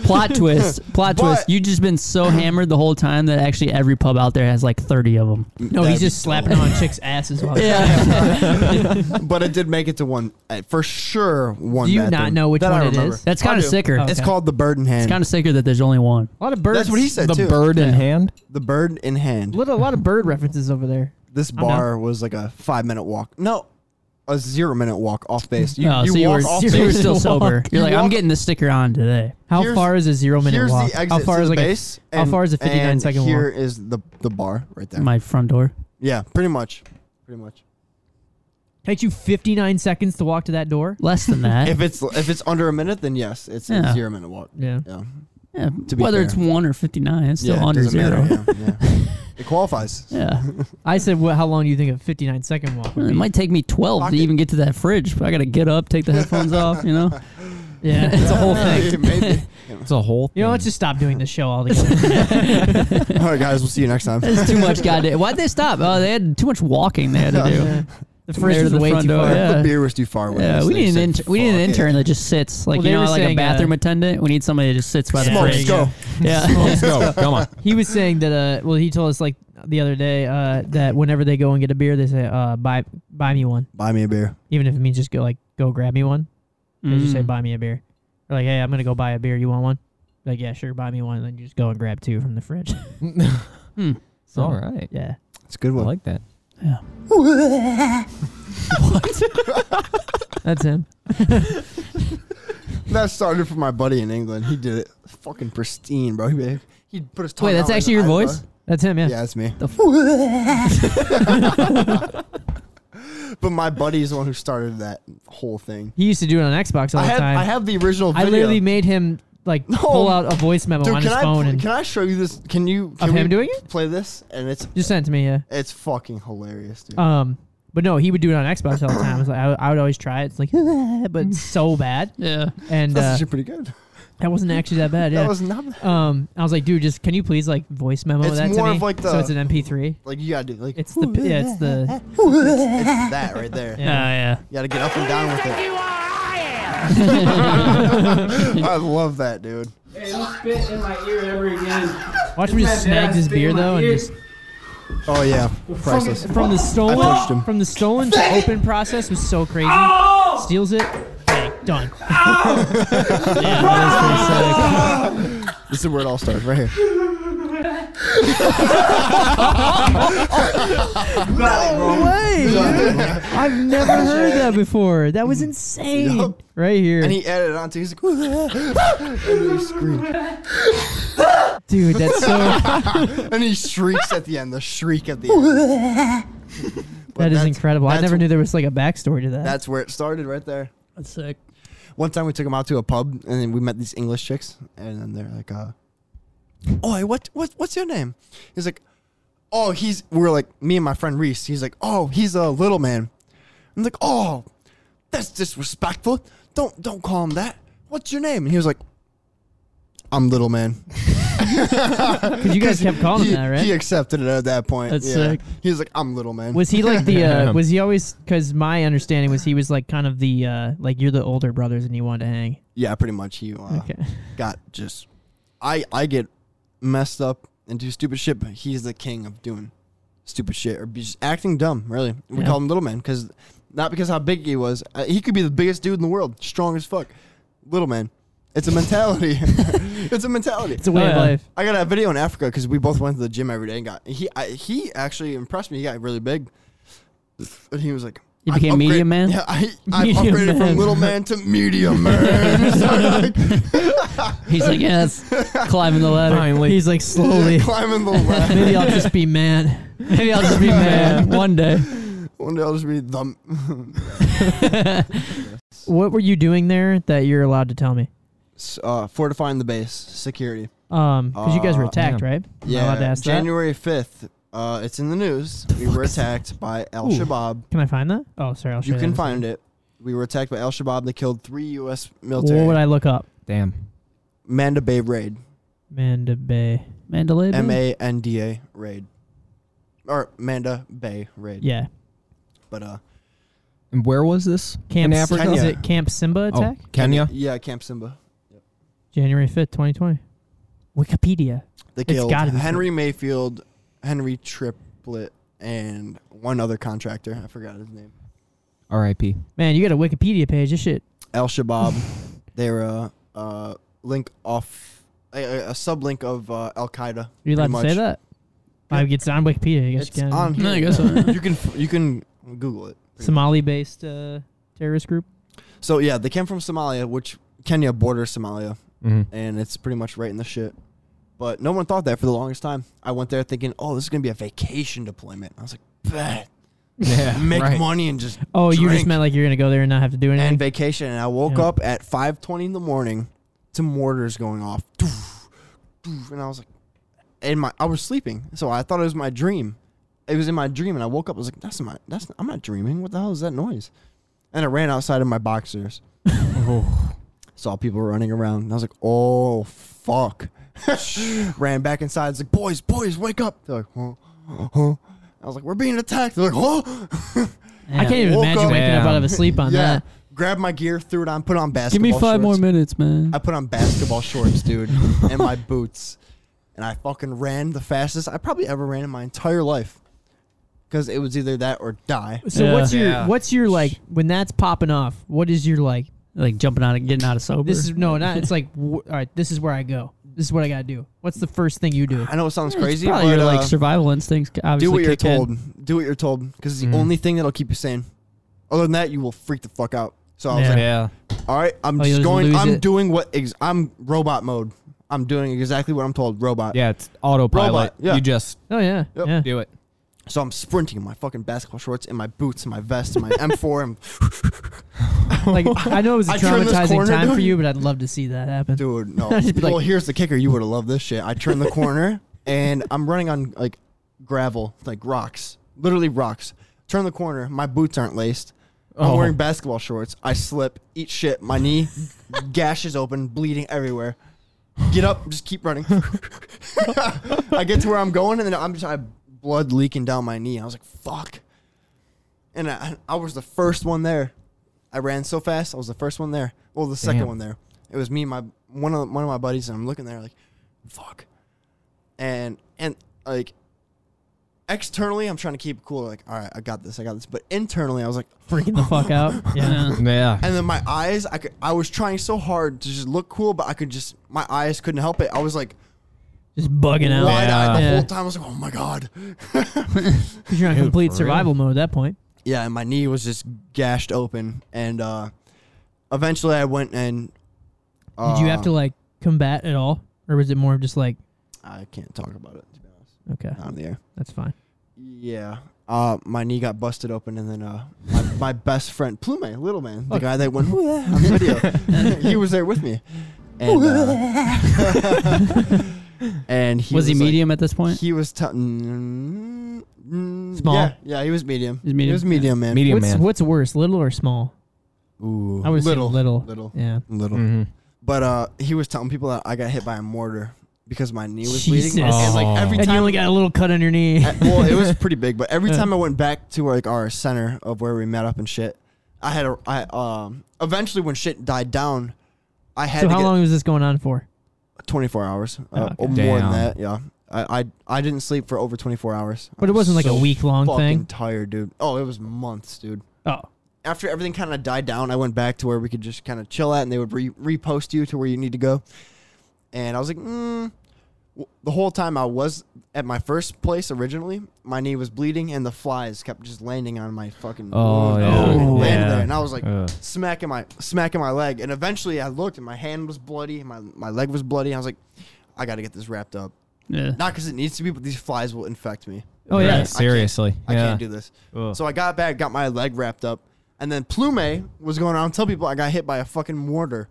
Plot twist. Plot But- twist. You've just been so hammered the whole time that actually every pub out there has like 30 of them. No, That'd he's be just slapping dope. on chicks' asses. While Yeah. but it did make it to one uh, for sure. One. Do you bathroom not know which that I one it remember. is? That's I kind of do. sicker. Oh. It's Okay. called the bird in hand. It's kind of sicker that there's only one. A lot of birds. That's what he said the too. bird in hand. the bird in hand. What a lot of bird references over there. This know. bar was like a five minute walk. No, a zero minute walk off base. You, oh, you so you walk were, off so you were base. still sober. You're You like, I'm walk- getting the sticker on today. How Here's- far is a zero minute Here's walk? the exit how far to is the like base. a, how and- far is a 59 and second Here walk? is the the bar right there. My front door. yeah, pretty much, pretty much. Takes you 59 seconds to walk to that door. Less than that. If it's if it's under a minute, then yes, it's Yeah. a zero minute walk. Yeah. Yeah, yeah, to be whether fair. it's one or 59, it's still yeah, it under doesn't zero. matter, Yeah, yeah. it qualifies. Yeah. I said, well, how long do you think a 59 second walk would It be? might take me 12 Lock to it. even get to that fridge, but I got to get up, take the headphones off, you know? yeah, it's a whole thing. Maybe. It's a whole. You know, thing. let's just stop doing this show altogether. All right, guys, we'll see you next time. It's too much goddamn. Why'd they stop? Oh, they had too much walking they had to do. Yeah. The From there fridge to was the way front too door. far. Yeah. The beer was too far away. Yeah, so we they need an said, inter- we need an "Fuck it." intern that just sits like Well, you they know were like a saying, uh, bathroom attendant. We need somebody that just sits by the Smoke, fridge. Smokes, go. Yeah, Let's go. Oh, Come on. He was saying that. Uh, well, he told us like the other day uh, that whenever they go and get a beer, they say, uh, "Buy, buy me one," Buy me a beer. even if it means just go like go grab me one. They just say, Mm. "Buy me a beer." Or like, "Hey, I'm gonna go buy a beer. You want one?" Like, "Yeah, sure, buy me one." And then you just go and grab two from the fridge. Hmm. So, All right. Yeah. It's a good I one. like that. That's him. That started from my buddy in England. He did it fucking pristine, bro. He he put his tongue Wait, out that's his actually your eye, bro. voice? That's him. Yeah. Yeah, that's me. The but my buddy is the one who started that whole thing. He used to do it on Xbox all I the have time. I have the original. I Video. literally made him like No. pull out a voice memo Dude, on can his I phone pl- and can I show you this? Can you can Of him we doing it? Play this, and it's just sent it to me. Yeah. it's fucking hilarious, dude. Uh, Um, but no, he would do it on Xbox all the time. It's like, I, I would always try it. It's like, but it's so bad. Yeah, And that's uh, actually pretty good. That wasn't actually that bad. Yeah. That was not um, I was like, dude, just can you please like voice memo It's that to more me? of like so the- it's an MP3. like you gotta do like It's the yeah, it's the it's that right there. Yeah. yeah. You gotta get up and down with it. I love that, dude. spit in my ear ever again. watch him just snags his beer though and just Oh yeah, priceless. from the punched stolen him. Oh! from the stolen to open process was so crazy. Steals it, bang, done. yeah. that is pretty sick. This is where it all starts, right here. I've never heard that before. That was insane. Yup. Right here, And he added on to. He's like, and then he screams, dude. That's so and he shrieks at the end. The shriek at the end. But that is that's- incredible. I that's- never knew there was like a backstory to that. That's where it started, right there. That's sick. One time we took him out to a pub and then we met these English chicks and then they're like, uh, "Oh, what, what, what's your name?" He's like, "Oh, he's." We're like, me and my friend Reese. He's like, "Oh, he's a little man." I'm like, "Oh, that's disrespectful. Don't don't call him that. What's your name?" And he was like, "I'm little man." Because you guys kept calling he, him that, right? He accepted it at that point. That's yeah. sick. He was like, "I'm little man." Was he like the? Yeah. Uh, was he always? Because my understanding was he was like kind of the uh, like you're the older brothers and you wanted to hang. yeah, pretty much. He uh, Okay. got just I I get messed up and do stupid shit, but he's the king of doing stupid shit or be just acting dumb. Really, we Yeah. call him little man because not because how big he was. Uh, he could be the biggest dude in the world, strong as fuck. Little man, it's a mentality. it's a mentality. It's a way Oh, of yeah. life. I got a video in Africa because we both went to the gym every day and got he I, he actually impressed me. He got really big, and he was like. You "I've became upgrade- medium man? Yeah, I, I've Medium upgraded from man. little man to medium man. So, like, He's like, yeah, that's climbing the ladder. Finally. He's like slowly. climbing the ladder. Maybe I'll just be man. Maybe I'll just be man one day. One day I'll just be the. What were you doing there that you're allowed to tell me? S- Uh, fortifying the base, security. Um, because you guys were Uh, attacked, yeah. right? Am I Yeah, allowed to ask that? January fifth. Uh, it's in the news. we were attacked by Al Shabaab. Can I find that? Oh, sorry. I'll show You can that. find it. We were attacked by Al Shabaab. They killed three U.S. military. What would I look up? Damn. Manda Bay raid. Manda Bay. Mandalay. Bay? M A N D A raid. Or Manda Bay raid. Yeah. But uh, And where was this? Camp. In Africa? Is Kenya. it Camp Simba Oh, attack? Kenya. yeah, Camp Simba. January fifth, twenty twenty. Wikipedia. They It's killed gotta be Henry Mayfield, Henry Triplett, and one other contractor. I forgot his name. R.I.P. Man, you got a Wikipedia page. This shit. Al Shabaab. They're a uh, link off a, a, a sublink of uh, Al Qaeda. pretty You allowed to much. say that? I it's on Wikipedia. I guess It's you can. on here. No, I guess so. you can you can Google it. Somali-based uh, terrorist group. So yeah, they came from Somalia, which Kenya borders Somalia, Mm-hmm. and it's pretty much right in the shit. But no one thought that for the longest time. I went there thinking, oh, this is gonna be a vacation deployment. I was like, bet. Yeah, make right. money and just Oh, you just drink meant like you're gonna go there and not have to do anything. and vacation. And I woke Yeah. up at 5:20 in the morning to mortars going off, Doof, doof. and I was like, in my I was sleeping, so I thought it was my dream. It was in my dream, and I woke up. I was like, that's my that's I'm not dreaming. What the hell is that noise? And I ran outside in my boxers. Oh. Saw people running around, and I was like, oh fuck. ran back inside. It's like, boys, boys, wake up. They're like, huh, huh. I was like, we're being attacked. They're like, huh. I can't even Woke imagine up- waking up out of a Damn. sleep on that. Grabbed my gear, threw it on, put on Give basketball. me shorts. five more minutes, man. I put on basketball shorts, dude, and my boots, and I fucking ran the fastest I probably ever ran in my entire life, because it was either that or die. So Yeah. what's your Yeah. what's your like when that's popping off? What is your like? like jumping out and getting out of sober. This is no, not it's like. W- all right, this is where I go. This is what I gotta do. What's the first thing you do? I know it sounds crazy, but probably your uh, like survival instincts. c- Obviously do what you're kick in. told. Do what you're told, because it's the Mhm. only thing that'll keep you sane. Other than that, you will freak the fuck out. So I was Yeah. like, Yeah. all right, I'm Oh, just you'll just going. lose I'm it. doing what ex- I'm robot mode. I'm doing exactly what I'm told, robot. Yeah, it's autopilot. Robot, yeah. You just Oh yeah, Yep. yeah. do it. So I'm sprinting in my fucking basketball shorts, in my boots, in my vest, in my M4, and Like I know it was a I turned this traumatizing corner, time for dude. you, but I'd love to see that happen. Dude, no. I'd be like- well, here's the kicker. You would have loved this shit. I turn the corner and I'm running on like gravel, like rocks, literally rocks. Turn the corner. My boots aren't laced. I'm Oh. wearing basketball shorts. I slip, eat shit. My knee gash is open, bleeding everywhere. Get up, just keep running. I get to where I'm going, and then I'm just I have blood leaking down my knee. I was like, "Fuck!" And I, I was the first one there. I ran so fast. I was the first one there. Well, the second Damn. one there. It was me, and my one of one of my buddies, and I'm looking there like, "Fuck!" And and like externally, I'm trying to keep it cool. Like, all right, I got this. I got this. But internally, I was like, freaking the fuck out. Yeah. Yeah. and then my eyes, I could, I was trying so hard to just look cool, but I could just, my eyes couldn't help it. I was like Just bugging out. wide eyed the Yeah. whole time. I was like, oh my god. 'Cause you're on Dude, complete for real? survival mode at that point. yeah, and my knee was just gashed open, and uh, eventually I went and. Uh, Did you have to like combat at all, or was it more of just like I can't talk about it to be honest. okay, Not on the air. that's fine. Yeah. Uh, my knee got busted open, and then uh, my, my best friend Plume, little man, the guy that went "Whoa," on the video, he was there with me, and uh, and he was he like- medium at this point? He was t- mm, mm, Small? Yeah, yeah, he was medium. He's medium? He was medium, man. Medium what's man. what's worse, little or small? Ooh, I would say little, little. little, Yeah. little. Mhm. But uh, he was telling people that I got hit by a mortar because my knee was bleeding. Jesus. And like every and time, you only got a little cut on your knee. Uh, well, it was pretty big, but every time I went back to like our center of where we met up and shit, I had a I um eventually when shit died down, I had so to how get long was this going on for? 24 hours Oh, uh, okay. or more than Damn. that. Yeah, I, I I didn't sleep for over 24 hours. I But it was wasn't like a so week long fucking thing. Tired, dude. Oh, it was months, dude. Oh, After everything kind of died down, I went back to where we could just kind of chill at, and they would re- repost you to where you need to go. And I was like, mm. W- the whole time I was at my first place originally, my knee was bleeding, and the flies kept just landing on my fucking. Oh, wound. yeah. It landed Yeah. there, and I was like, Ugh. smacking my smacking my leg, and eventually I looked, and my hand was bloody, and my my leg was bloody. I was like, I got to get this wrapped up. Yeah. Not because it needs to be, but these flies will infect me. oh Yeah, yeah. seriously. I yeah. can't do this. Ugh. So I got back, got my leg wrapped up, and then Plume was going around telling people I got hit by a fucking mortar.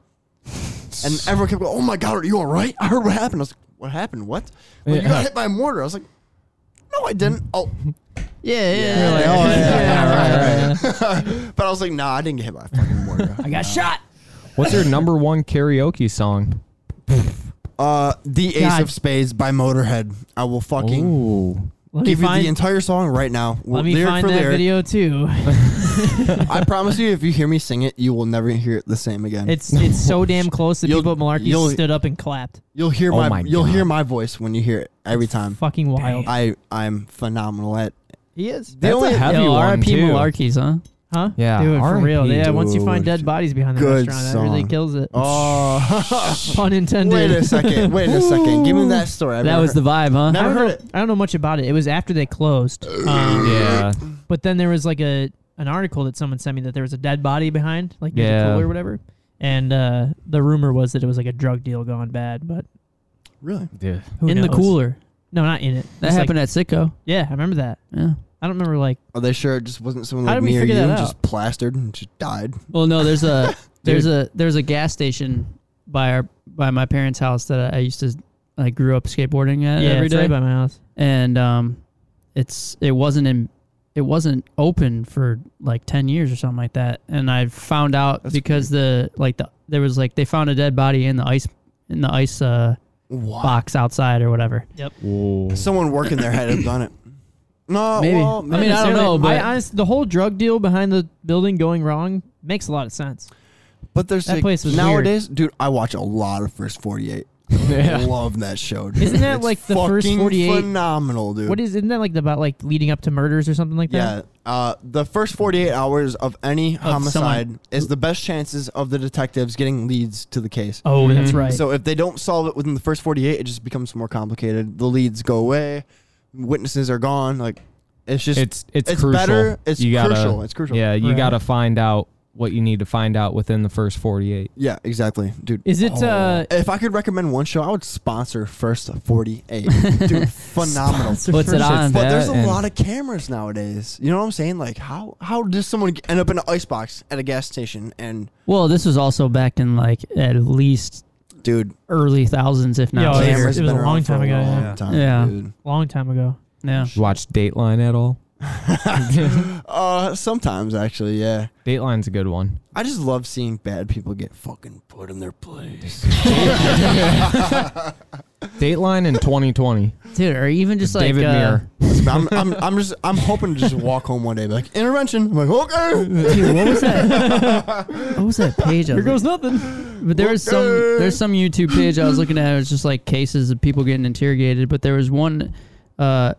And everyone kept going, "Oh my god, are you all right? I heard what happened." I was like, "What happened? What? Like, You Yeah. got hit by a mortar?" I was like, "No, I didn't." Oh, Yeah, yeah. You're like, yeah. oh, yeah, yeah, but I was like, "Nah, I didn't get hit by a fucking mortar." I got shot. What's your number one karaoke song? uh, the Ace God. of Spades by Motorhead. I will fucking Ooh. Let me give you find, the entire song right now, let me lyric find for that lyric. video too. I promise you, if you hear me sing it, you will never hear it the same again. It's it's so damn close that You'll- people at Malarkey you'll- stood up and clapped. You'll hear Oh my, my you'll God. hear my voice when you hear it every time. Fucking wild. I I'm phenomenal at. He is. They That's only a heavy Yo, one R.I.P. too. Malarkeys, huh? Huh? Yeah, Dude, for R.I.P. real. Yeah. Once you find Dude. dead bodies behind the Good restaurant, that really song. kills it. Oh, Pun intended. wait a second. Wait a second. Give me that story. I've That never was the heard- vibe, huh? never I don't heard know- it. I don't know much about it. It was after they closed. Um, Yeah. But then there was like a an article that someone sent me that there was a dead body behind, like near Yeah. the toilet or whatever. And uh, the rumor was that it was like a drug deal gone bad, but really. Dude. who in the knows? cooler. No, not in it. That Just, like- happened at Sicko. yeah, I remember that. Yeah. I don't remember like Are Oh, they sure it just wasn't someone How like did we me or you figure that just plastered and just died? Well, no, there's a there's a there's a gas station by our by my parents' house that I used to I grew up skateboarding at yeah, every it's right day, uh, by my house. and um, it's it wasn't in it wasn't open for like ten years or something like that, and I found out That's because the like the there was like they found a dead body in the ice in the ice uh, Wow. box outside or whatever. Ooh. Someone working their head had done it. No, Maybe. well, I mean, I don't Necessarily. know, but- I honest- the whole drug deal behind the building going wrong makes a lot of sense. but there's that like, place was weird. nowadays, dude. I watch a lot of First Forty Eight. I Love that show. Dude. Isn't that It's like the First fucking 48? Phenomenal, dude. What is isn't that like about like leading up to murders or something like that? Yeah. Uh, the first 48 hours of any homicide someone- is the best chances of the detectives getting leads to the case. Oh, that's Mm-hmm. right. So if they don't solve it within the first 48, it just becomes more complicated. The leads go away, witnesses are gone. Like, it's just. It's it's, It's crucial. better- it's you gotta, crucial, it's crucial. Yeah, you Right. gotta find out what you need to find out within the first forty-eight. yeah, exactly. Dude. Oh. Is it uh if I could recommend one show, I would sponsor First 48. Dude, phenomenal. What's it on? But there's a That and- lot of cameras nowadays. You know what I'm saying? Like, how how does someone g- end up in an icebox at a gas station? And, Well, this was also back in like at least dude, early thousands, if Yeah, oh, not yeah. later. cameras it was been a long around for time ago, long yeah. time, Yeah. dude. long time ago? Yeah. Watch Dateline at all? Uh, sometimes actually, yeah. Dateline's a good one. I just love seeing bad people get fucking put in their place. Dateline in 2020. dude, or even just like David uh, Muir. I'm, I'm, I'm just, I'm hoping to just walk home one day, and be like intervention. I'm like, okay. Dude, what was that? what was that page? Here nothing. But there was some Okay. there's some YouTube page I was looking at. It was just like cases of people getting interrogated. But there was one, uh,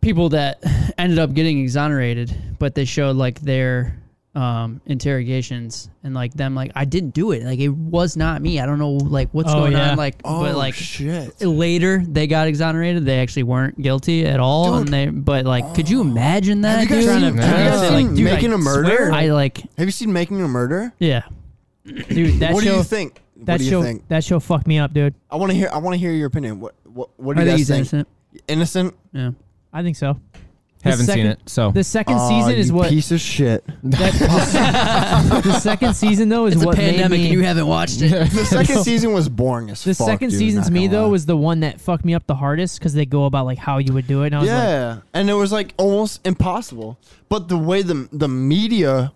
people that ended up getting exonerated. But they showed like their um interrogations and like them like I didn't do it. Like it was not me. I don't know like what's Oh, going yeah. on. Like Oh but like shit. later they got exonerated. They actually weren't guilty at all. Dude. And they but like could you imagine that? Have you guys dude? seen, have Trying to- you trying guys to seen say, like, dude, Making a I Murder? I like have you seen Making a Murder? yeah. Dude, that what show, do you think? That what do you show, think? that show fucked me up, dude. I want to hear. I want to hear your opinion. What? What? What do I you think guys he's think? innocent. Innocent? Yeah. I think so. The Haven't second- seen it, so The second Aw, season is you what. Piece of shit. the second season though is It's a what pandemic made me. and you haven't watched it. The second season was boring as the fuck. second dude, season not to me gonna though lie. was the one that fucked me up the hardest because they go about like how you would do it, and I was like, yeah, and it was like almost impossible. But the way the the media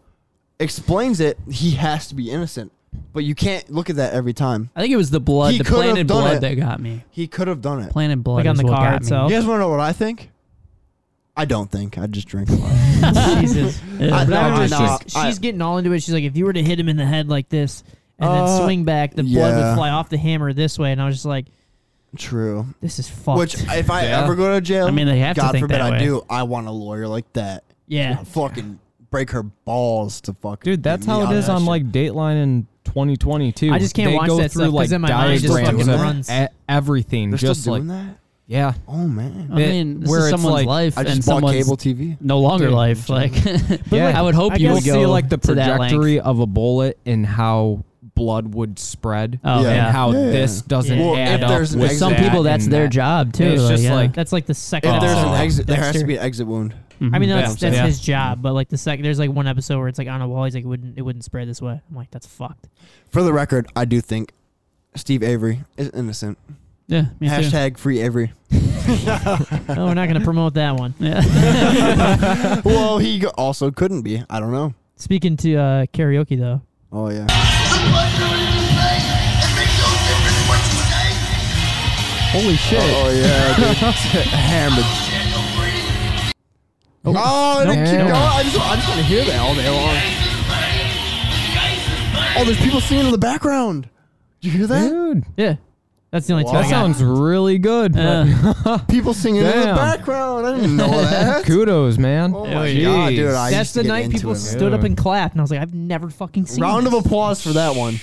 explains it, he has to be innocent. But you can't look at that every time. I think it was the blood, He the could have planted done blood it. that got me. He could have done it. Planted blood Like on is the what car got me. itself? You guys want to know what I think? I don't think. I just drink a lot. Jesus. I, But I no, remember no, she's, I- she's getting all into it. She's like, if you were to hit him in the head like this and Uh, then swing back, the blood yeah. would fly off the hammer this way. And I was just like, true. this is fucked. Which, if I Yeah. ever go to jail, I mean, they have to God think forbid that I way. do. I want a lawyer like that. Yeah. Fucking break her balls to fucking. Dude, that's get me how out it of is that on shit. like Dateline in 2020 too. I just can't they watch go that through stuff like 'cause then my mind just diagrams fucking of runs. e- everything. They're just still doing like that. yeah, Oh man, I It- mean, this where is it's someone's like, life I and just bought someone's cable TV. no longer Dude. life. Like, yeah. I would hope I you guess would see go like the to that length. trajectory of a bullet and how blood would spread. Oh Yeah. yeah. and how Yeah. this doesn't Well, add if up. there's an with exit- Some that people, that's and their that. job too. It's like, just yeah. like- that's like the second. If there's episode. an exit, Oh, there has to Dexter. be an exit wound. I mean, no, that's, Yeah. that's his job, but like the second, there's like one episode where it's like on a wall. He's like, it wouldn't, it wouldn't spread this way. I'm like, that's fucked. For the record, I do think Steve Avery is innocent. yeah, me too. Hashtag free Avery. oh, we're not gonna promote that one. Yeah. well, he go- also couldn't be. I don't know. Speaking to uh, karaoke though, Oh yeah. Holy shit! Oh yeah. dude. Hammered. Oh, they Nope. keep Nope. going. I just, I just want to hear that all day long. Oh, there's people singing in the background. Did you hear that? Dude, yeah. that's the only two. I that got. sounds really good. Uh, People singing in the Damn. background. I didn't know that. Kudos, man. Oh my god, dude! I used that's to the get night into people it, man. stood up and clapped, and I was like, I've never fucking seen. Round of this. applause for that one.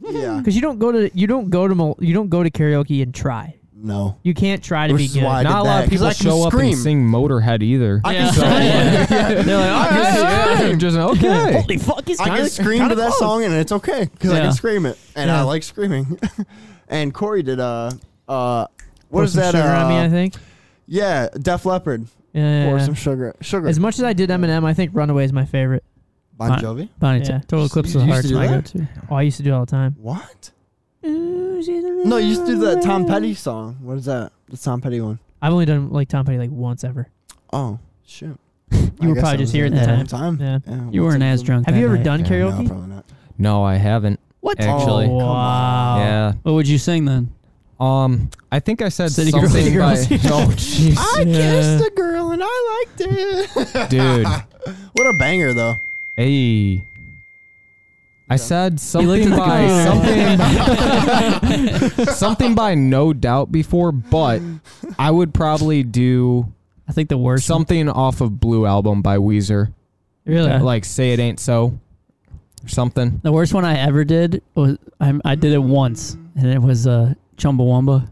yeah. Because you don't go to you don't go to mul- you don't go to karaoke and try. No. You can't try to Which be is good. why I Not a did lot that, of 'cause I people can show up scream. and sing Motorhead either. I Yeah. can scream. They're like, can "All right, scream." I'm just okay. Oh. Holy fuck! It's I kinda- can scream kinda to that close. song and it's okay because I Yeah. can scream it and I Yeah. like screaming. and Corey did uh uh what Pour is some that? sugar uh, on me, I think. Yeah, Def Leppard Yeah, yeah, or yeah. some sugar sugar. As much as I did Eminem, I think Runaway is my favorite. bon Jovi. Bonnie, Yeah. Tyler. total eclipse You of the used heart's to my do go that? to. Oh, I used to do it all the time. What? No, you used to do that Tom Petty song. What is that? The Tom Petty one. I've only done like Tom Petty like once ever. Oh shit! You were probably just here at the same time. time. Yeah. You weren't as drunk. Have that you ever night. done Yeah, No, karaoke? probably not. No, I haven't. What? Actually, Oh. Come wow. on. yeah. What would you sing then? Um, I think I said City Girls, something City Girls. by. No, jeez, I kissed a girl and I liked it. dude. what a banger though. Hey. I said looked at something the by camera. something by, something by no doubt before, but I would probably do I think the worst. something off of Blue Album by Weezer, really. like "Say It Ain't So" or something. The worst one I ever did was I, I did it once, and it was uh, Chumbawamba.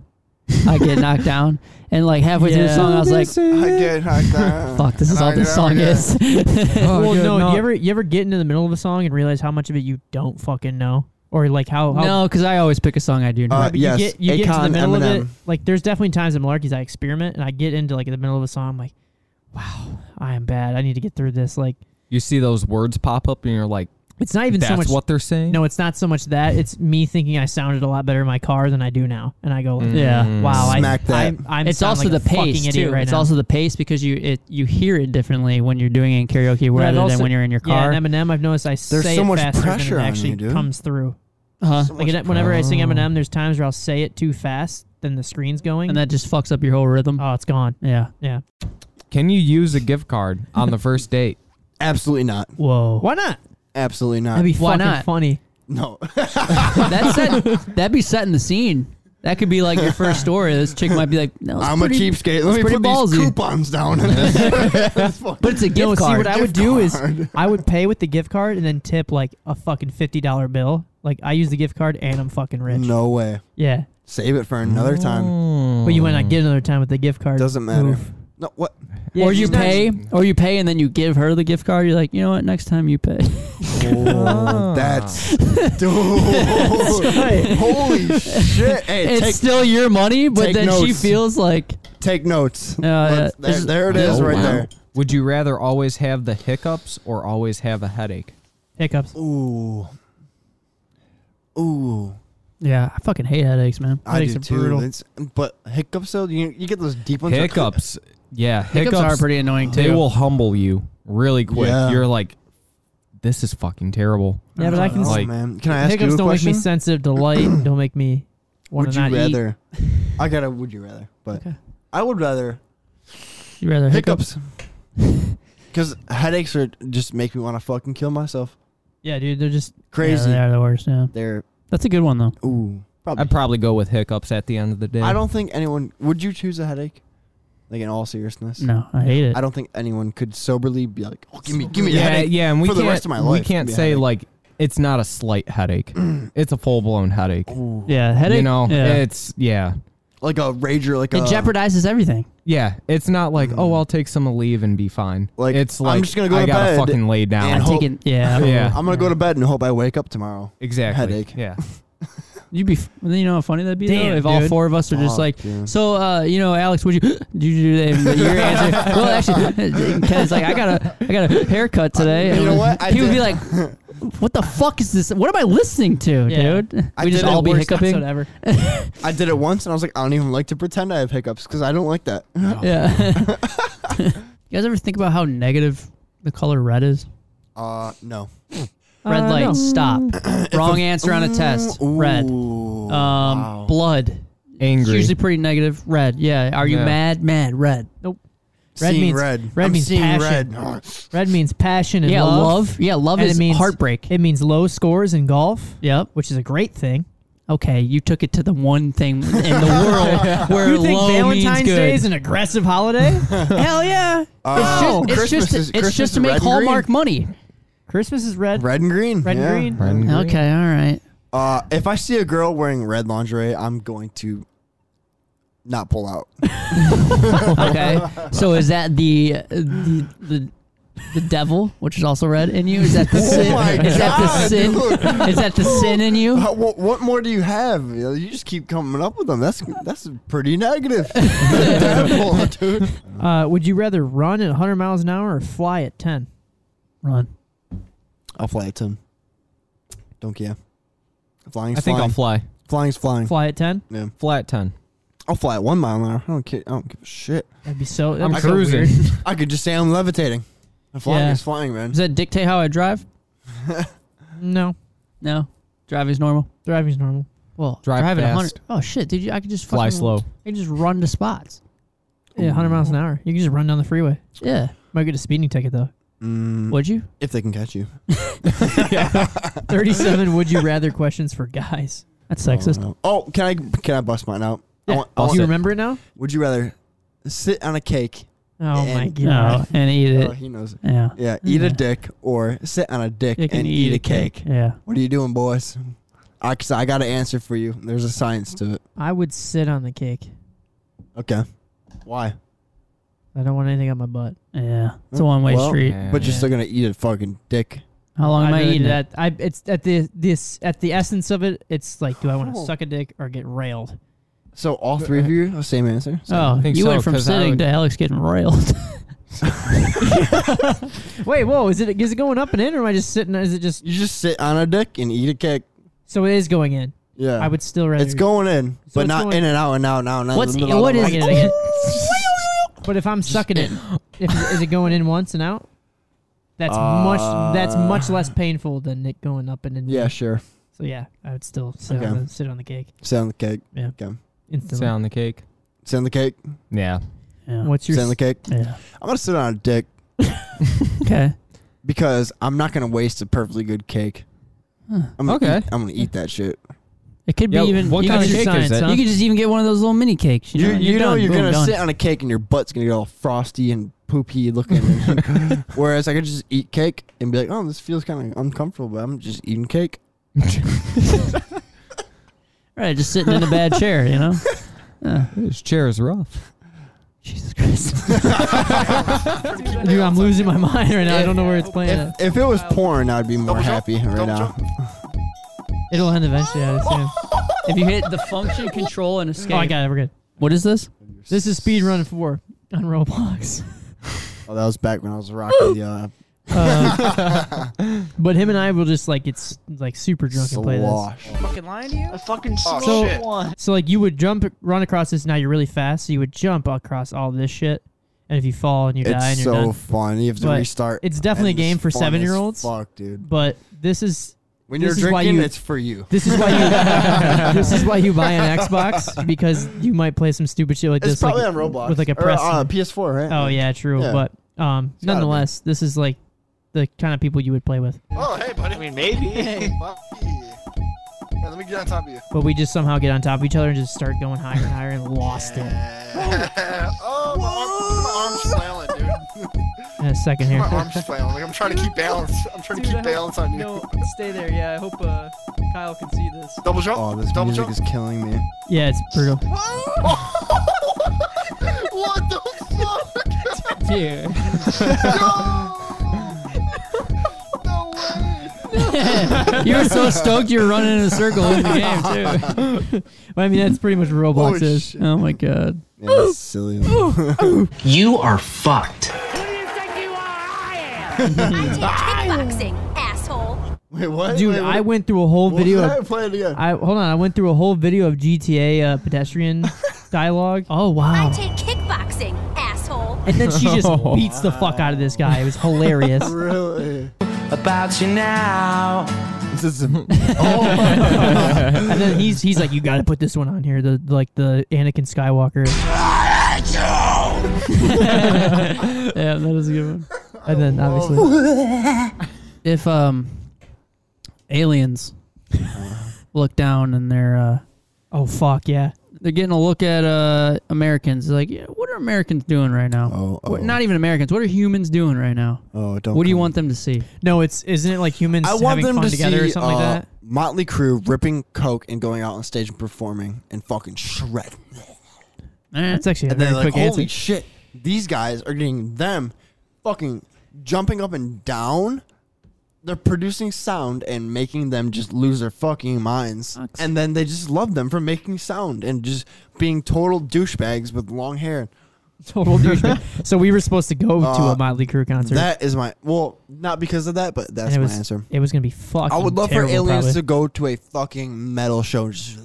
I get knocked down, and like halfway through the song, I was like, I get like that. "Fuck, this is all this song is." Oh, well, good, no. no. You ever you ever get into the middle of a song and realize how much of it you don't fucking know, or like how, how no, because I always pick a song I do know. Uh, But yes, you get you get to the Akon, middle of Eminem. it. Like there's definitely times in Malarkey's I experiment and I get into like in the middle of a song. I'm like, wow, I am bad. I need to get through this. Like You see those words pop up, and you're like, It's not even That's so much what they're saying. No, it's not so much that. It's me thinking I sounded a lot better in my car than I do now, and I go, like, Yeah. wow, Mm. Smack Oh, I, that. I'm, I'm it's sound also like a the pace fucking idiot too. Right it's now. also the pace because you it you hear it differently when you're doing it in karaoke But I've rather also- than when you're in your Yeah, car. and Eminem, I've noticed I say so it much faster pressure than on it you, actually dude. comes through. uh-huh. So Like much it- whenever I sing Eminem, there's times where I'll say it too fast than the screen's going, and that just fucks up your whole rhythm. oh, it's gone. yeah. Yeah. Can you use a gift card on the first date? Absolutely not. Whoa. Why not? Absolutely not. That'd be Why fucking not? funny. no. that set, that'd be setting the scene. That could be like your first story. This chick might be like, "No, it's I'm pretty, a cheapskate. Let me pretty put ballsy. these coupons down. on this. That's fucking- but it's a gift No, see card." what I Gift would do is card. I would pay with the gift card and then tip like a fucking fifty dollar bill. Like I use the gift card and I'm fucking rich. no way. Yeah, Save it for another time. but you might not get another time with the gift card. Doesn't matter. Oof. No. What? Yeah, or you she's not- pay, or you pay, and then you give her the gift card. You're like, you know what? Next time you pay. Oh, that's dude. Holy shit! Hey, it's take, still your money, but take then she notes. feels like take notes. yeah. Uh, Let's- Is- there, there it is, Oh, right wow. there. Would you rather always have the hiccups or always have a headache? hiccups. Ooh, ooh. yeah, I fucking hate headaches, man. I Headaches do are too. brutal. It's- but hiccups though, you, you get those deep ones. that- Hiccups. Yeah, hiccups, Hiccups, are pretty annoying too. They will humble you really quick. Yeah. You're like, this is fucking terrible. Yeah, but I can. Oh Like- man, can I ask hiccups you a don't question? make me sensitive to light. and don't make me want would to you not eat. rather? I got to Would you rather? But Okay. I would rather You rather hiccups? hiccups. Because headaches are just make me want to fucking kill myself. Yeah, dude, they're just Crazy. Yeah, they are the worst. Yeah, They're that's a good one though. ooh. Probably. I'd probably go with hiccups at the end of the day. I don't think anyone would you choose a headache? Like in all seriousness. No, I hate it. I don't think anyone could soberly be like, oh, give me, give me a Yeah, headache. yeah, and we for the can't. rest of my life, we it'd can't be a say headache. like it's not a slight headache. it's a full blown headache. yeah, headache. You know, yeah. it's yeah, Like a rager, like it a jeopardizes everything. yeah. It's not like oh, I'll take some leave and be fine. Mm. Like, it's I'm like just gonna go to I gotta bed fucking lay and down. hope- Taking yeah, yeah, I'm gonna go to bed and hope I wake up tomorrow. exactly. headache. Yeah, You'd be, f- you know, how funny that'd be though, Damn, if all dude. four of us are just Fuck, like, dude. so, uh, you know, Alex, would you do you do that? And Your answer. Well, actually, Ken's like, I got a, I got a haircut today. You know And what? I he would be did- like, what the fuck is this? What am I listening to, Yeah. dude? We I just did it all be worse hiccuping. whatever. I did it once and I was like, I don't even like to pretend I have hiccups because I don't like that. Yeah. you guys ever think about how negative the color red is? Uh, no. Red Uh, light. no. Stop. Mm. Wrong answer on a test. Red. Um, Ooh, wow. blood. It's angry. usually pretty negative. Red. Yeah. Are you Yeah. mad? Mad. Red. Red seeing means- red. red I'm means seeing passion. red. Red means passion and Yeah. love. Love. Yeah. Love And is it means- heartbreak. It means low scores in golf, yep. which is a great thing. Okay. You took it to the one thing in the world where you think low Valentine's means good. Day is an aggressive holiday? Hell yeah! Oh, it's Christmas just, is- it's Christmas just to is make red and green. Hallmark money. Christmas is red. Red and green. Red and yeah. green. Red and green. Okay. All right. Uh, if I see a girl wearing red lingerie, I'm going to not pull out. Okay. So is that the the the the devil, which is also red in you? Is that the Oh sin? my is that the God, sin? Is that the sin in you? How- what, Uh, what more do you have? You know, you just keep coming up with them. That's that's pretty negative. Devil, dude. Uh, would you rather run at 100 miles an hour or fly at 10? Run. I'll fly at ten. Don't care. Flying's I think I'll flying. fly. Flying's flying. Fly at 10? Fly at ten. I'll fly at one mile an hour. I don't care. I don't give a shit. That'd be so. That'd I'm be so cruising. weird. I could just say I'm levitating. And flying Yeah. is flying, man. Does that dictate how I drive? No, No. Driving's normal. driving's normal. Well, Drive driving a fast. 100. Oh shit, dude! I could just Fly fucking- slow. I could just run to spots. Yeah, 100 miles an hour. You can just run down the freeway. Yeah. Might get a speeding ticket though. Mm, Would you? if they can catch you. 37 would you rather questions for guys. That's sexist. Oh, no. Oh, can I can I bust mine out? Oh, I want- I Do want- you remember it now? Would you rather sit on a cake? Oh And- my No, god. and eat Oh, it. he knows. Yeah. Yeah, eat a Yeah. dick or sit on a dick You and can eat, a cake. Yeah. What are you doing, boys? I, cause I got an answer for you. There's a science to it. I would sit on the cake. Okay. Why? I don't want anything on my butt. Yeah. It's a one-way Well, street. yeah. But you're Yeah. still gonna eat a fucking dick. How long am I really- eating it? that? I it's at the this at the essence of it. It's like, do I want to Oh. suck a dick or get railed? So all three of you, same answer. So Oh, think you so, went from 'cause I sitting would- to Alex getting railed. Wait, whoa! Is it is it going up and in, or am I just sitting? Is it just You just sit on a dick and eat a kick. so it is going in? Yeah, I would still rather. It's going in, So but it's not going- in and out and out and out. And out. What's- Little what bit I of is- get it, I get it. But if I'm sucking it, if, is it going in once and out? That's much. That's much less painful than it going up and in. Uh. Yeah, sure. So yeah, I would still sit, Okay. on, the, sit on the cake Sit on the cake. instantly. Sound the cake. Sit on the cake. Yeah. Yeah. What's your? Sit on the cake. Yeah. I'm gonna sit on a dick Okay. because I'm not gonna waste a perfectly good cake. Huh. I'm gonna Okay. Eat, I'm gonna eat that shit. It could be Yo, even. what you kind could of just- cake is science, it? huh? You could just even get one of those little mini cakes. You You, know, and you know done. you're Boom, gonna done. sit on a cake and your butt's gonna get all frosty and poopy looking. Whereas I could just eat cake and be like, oh, this feels kind of uncomfortable, but I'm just eating cake. Right, just sitting in a bad chair, you know? Yeah. This chair is rough. Jesus Christ. Dude, I'm losing my mind right now. I don't know where it's playing. at. If it was porn, I'd be more happy right now. It'll end eventually. I assume. if you hit the function control and escape. Oh, I got it. We're good. What is this? This is speed run four on Roblox. Oh, that was back when I was rocking the uh, Uh, but him and I will just like it's like super drunk and play this. slosh. fucking lying to you? I fucking Oh, So- shit. So like you would jump, run across this. Now you're really fast, so you would jump across all this shit. And if you fall and you die and It's you're so done, fun. You have to But restart. it's definitely and a game it's for fun as seven-year-olds. Fuck, dude. but this is When This you're is why drinking, you- it's for you. this is why you this is why you buy an Xbox because you might play some stupid shit like It's this. probably like, on Roblox with like a or, press. uh, PS4, right? oh yeah, true. Yeah. But um, gotta be. nonetheless, this is like the kind of people you would play with. Oh, hey, buddy. I mean, maybe. Fuck yeah. Yeah, let me get on top of you. But we just somehow get on top of each other and just start going higher and higher and lost it. oh, my, arm, my arm's flailing, dude. In a second here. my arm's flailing. Like, I'm trying to keep balance. I'm trying to keep balance on you. stay there. Yeah, I hope uh, Kyle can see this. Double jump. Oh, this Double music jump. is killing me. Yeah, it's brutal. what the fuck? Dude. no way. you were so stoked you were running in a circle in the game, too. But, I mean, that's pretty much what Roblox Oh, is. shit. Oh, my God. Yeah, that's silly. You are fucked. kickboxing, asshole. Wait, what? Dude, Wait, what? I went through a whole What video. was that? Of, Play it again. I hold on. I went through a whole video of GTA uh, pedestrian dialogue. Oh, I wow. take kickboxing, asshole. And then she just beats the fuck out of this guy. It was hilarious. really? About you now. This is oh, and then he's he's like, "You got to put this one on here." The like the Anakin Skywalker. Yeah, that is a good one. And then obviously, If um, aliens Uh-huh. look down and they're. Uh, oh fuck yeah. they're getting a look at uh, Americans. They're like, yeah, what are Americans doing right now? Oh, What- oh. not even Americans. What are humans doing right now? oh, don't. What do you come. want them to see? No, it's isn't it like humans I want having them fun to together see or something uh, like that? Motley Crue ripping coke and going out on stage and performing and fucking shred. Eh. That's actually a And then very like, quick holy answer. shit, these guys are getting them fucking jumping up and down. They're producing sound and making them just lose their fucking minds. Sucks. And then they just love them for making sound and just being total douchebags with long hair. Total douchebag. so we were supposed to go to Uh, a Motley Crue concert. That is my well, not because of that, but and that's it my was answer. it was gonna be fucking. I would love for terrible, aliens probably. to go to a fucking metal show. and Just,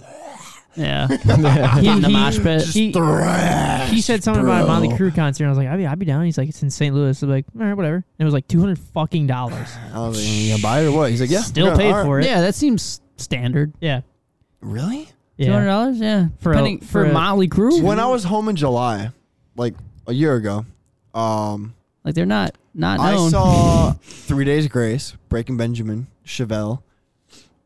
Yeah. Getting the mosh pit. just He- thrash, he said something about a bro. Motley Crue concert. And I was like, I'd be, I'd be down. He's like, it's in St. Louis. I'm like, all right, whatever. And it was like two hundred fucking dollars. I was like, you gonna buy it or what? He's like, yeah, Still yeah, paid all right. for it. yeah, that seems standard. Yeah. Really? Yeah. Two hundred dollars, yeah, For a- Depending- for for, a- Motley Crue. When I was home in July, like a year ago, um, like they're not not known. I saw Three Days Grace, Breaking Benjamin, Chevelle,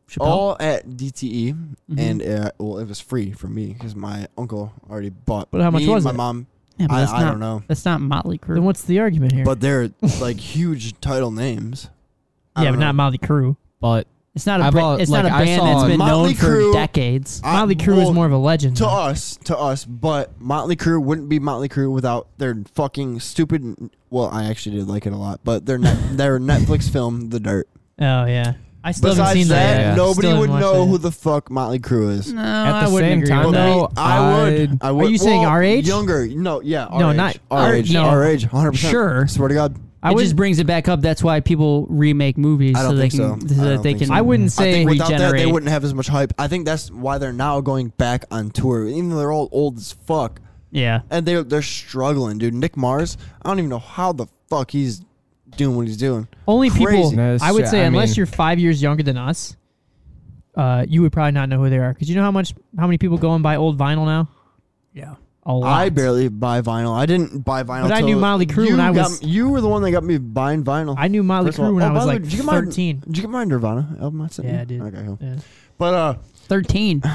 Chappelle. all at DTE, Mm-hmm. and uh, well, it was free for me because my uncle already bought. But how much me and was my it? mom? Yeah, but I, that's I not- don't know, That's not Motley Crue. Then what's the argument here? but they're like huge title names. I yeah, don't but not know. Motley Crue. But it's not a I bra- bought- it's like, not a I band saw that's been Motley known Crue- for decades. I- Motley Crue is well, more of a legend. to though. us, to us, but Motley Crue wouldn't be Motley Crue without their fucking stupid. Well, I actually did like it a lot, but their net, their Netflix film, The Dirt. Oh yeah. I I still haven't Besides seen that, that. yet. nobody Still haven't would watched know that who yet. the fuck Motley Crue is. No, At the I wouldn't same agree time, with that. though, I would. I'd- I would. you saying well, our age? Younger. No, yeah. Our No, age. not- our our- age. no. Our age. 100%. Sure. Swear to God. I I it would- just brings it back up. That's why people remake movies I don't so they think can so. so I that don't they think can. so. I wouldn't I say think without that, they regenerate. wouldn't have as much hype. I think that's why they're now going back on tour, even though they're all old as fuck. Yeah, And they're, they're struggling, dude. Nick Mars, I don't even know how the fuck he's doing what he's doing. Only people, Crazy. No, it's- I would say, I unless mean- you're five years younger than us, uh, you would probably not know who they are. Because you know how much, how many people go and buy old vinyl now? yeah. A lot. I barely buy vinyl. I didn't buy vinyl. But I till knew Motley Crue you when I got- was- you were the one that got me buying vinyl. I knew Motley First of all- Crue when oh, I by was the way, like did you get my- 13. Did you get Oh, my Nirvana album? I sent you? Yeah, I did. Okay, cool. Yeah. But uh, Thirteen. I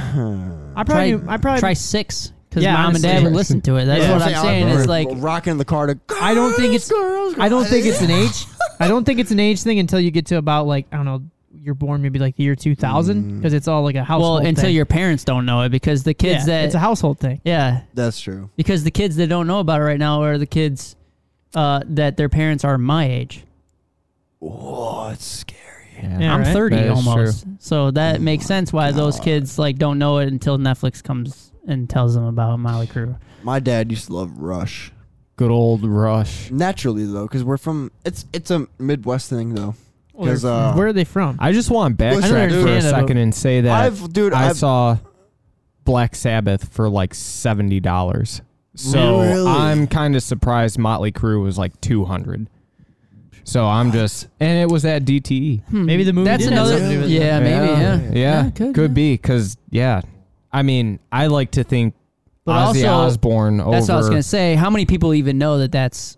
Try, probably, knew, I probably, try six because Yeah, mom honestly. and dad would listen to it. That's Yeah, what I'm I'm saying. I It's remember like rocking the car to. I don't think it's, Girls, I don't think it's an age. I don't think it's an age thing until you get to about like I don't know. You're born maybe like the year Mm. 2000 because it's all like a well household. until thing. your parents don't know it because the yeah, kids it's that a household thing. yeah That's true. because the kids that don't know about it right now are the kids uh, that their parents are my age. Oh, it's scary. Yeah, I'm right? 30 That is almost. So that makes sense why those kids like don't know it until Netflix comes and tells them about Molly Crew. My dad used to love Rush. Good old Rush. Naturally though, because we're from it's it's a Midwest thing though. Because uh, Where are they from? I just want to Listen, backtrack dude. for a Canada, but- second and say that I've- dude, I I've- saw Black Sabbath for like seventy dollars. So Really? I'm kind of surprised Motley Crue was like two hundred. So I'm just, and it was at DTE. maybe the movie. That's did have another. something to do with it. Yeah, maybe. Yeah. yeah, could, be because yeah, I mean, I like to think But Ozzy also- Osbourne over. That's what I was gonna say. How many people even know that that's?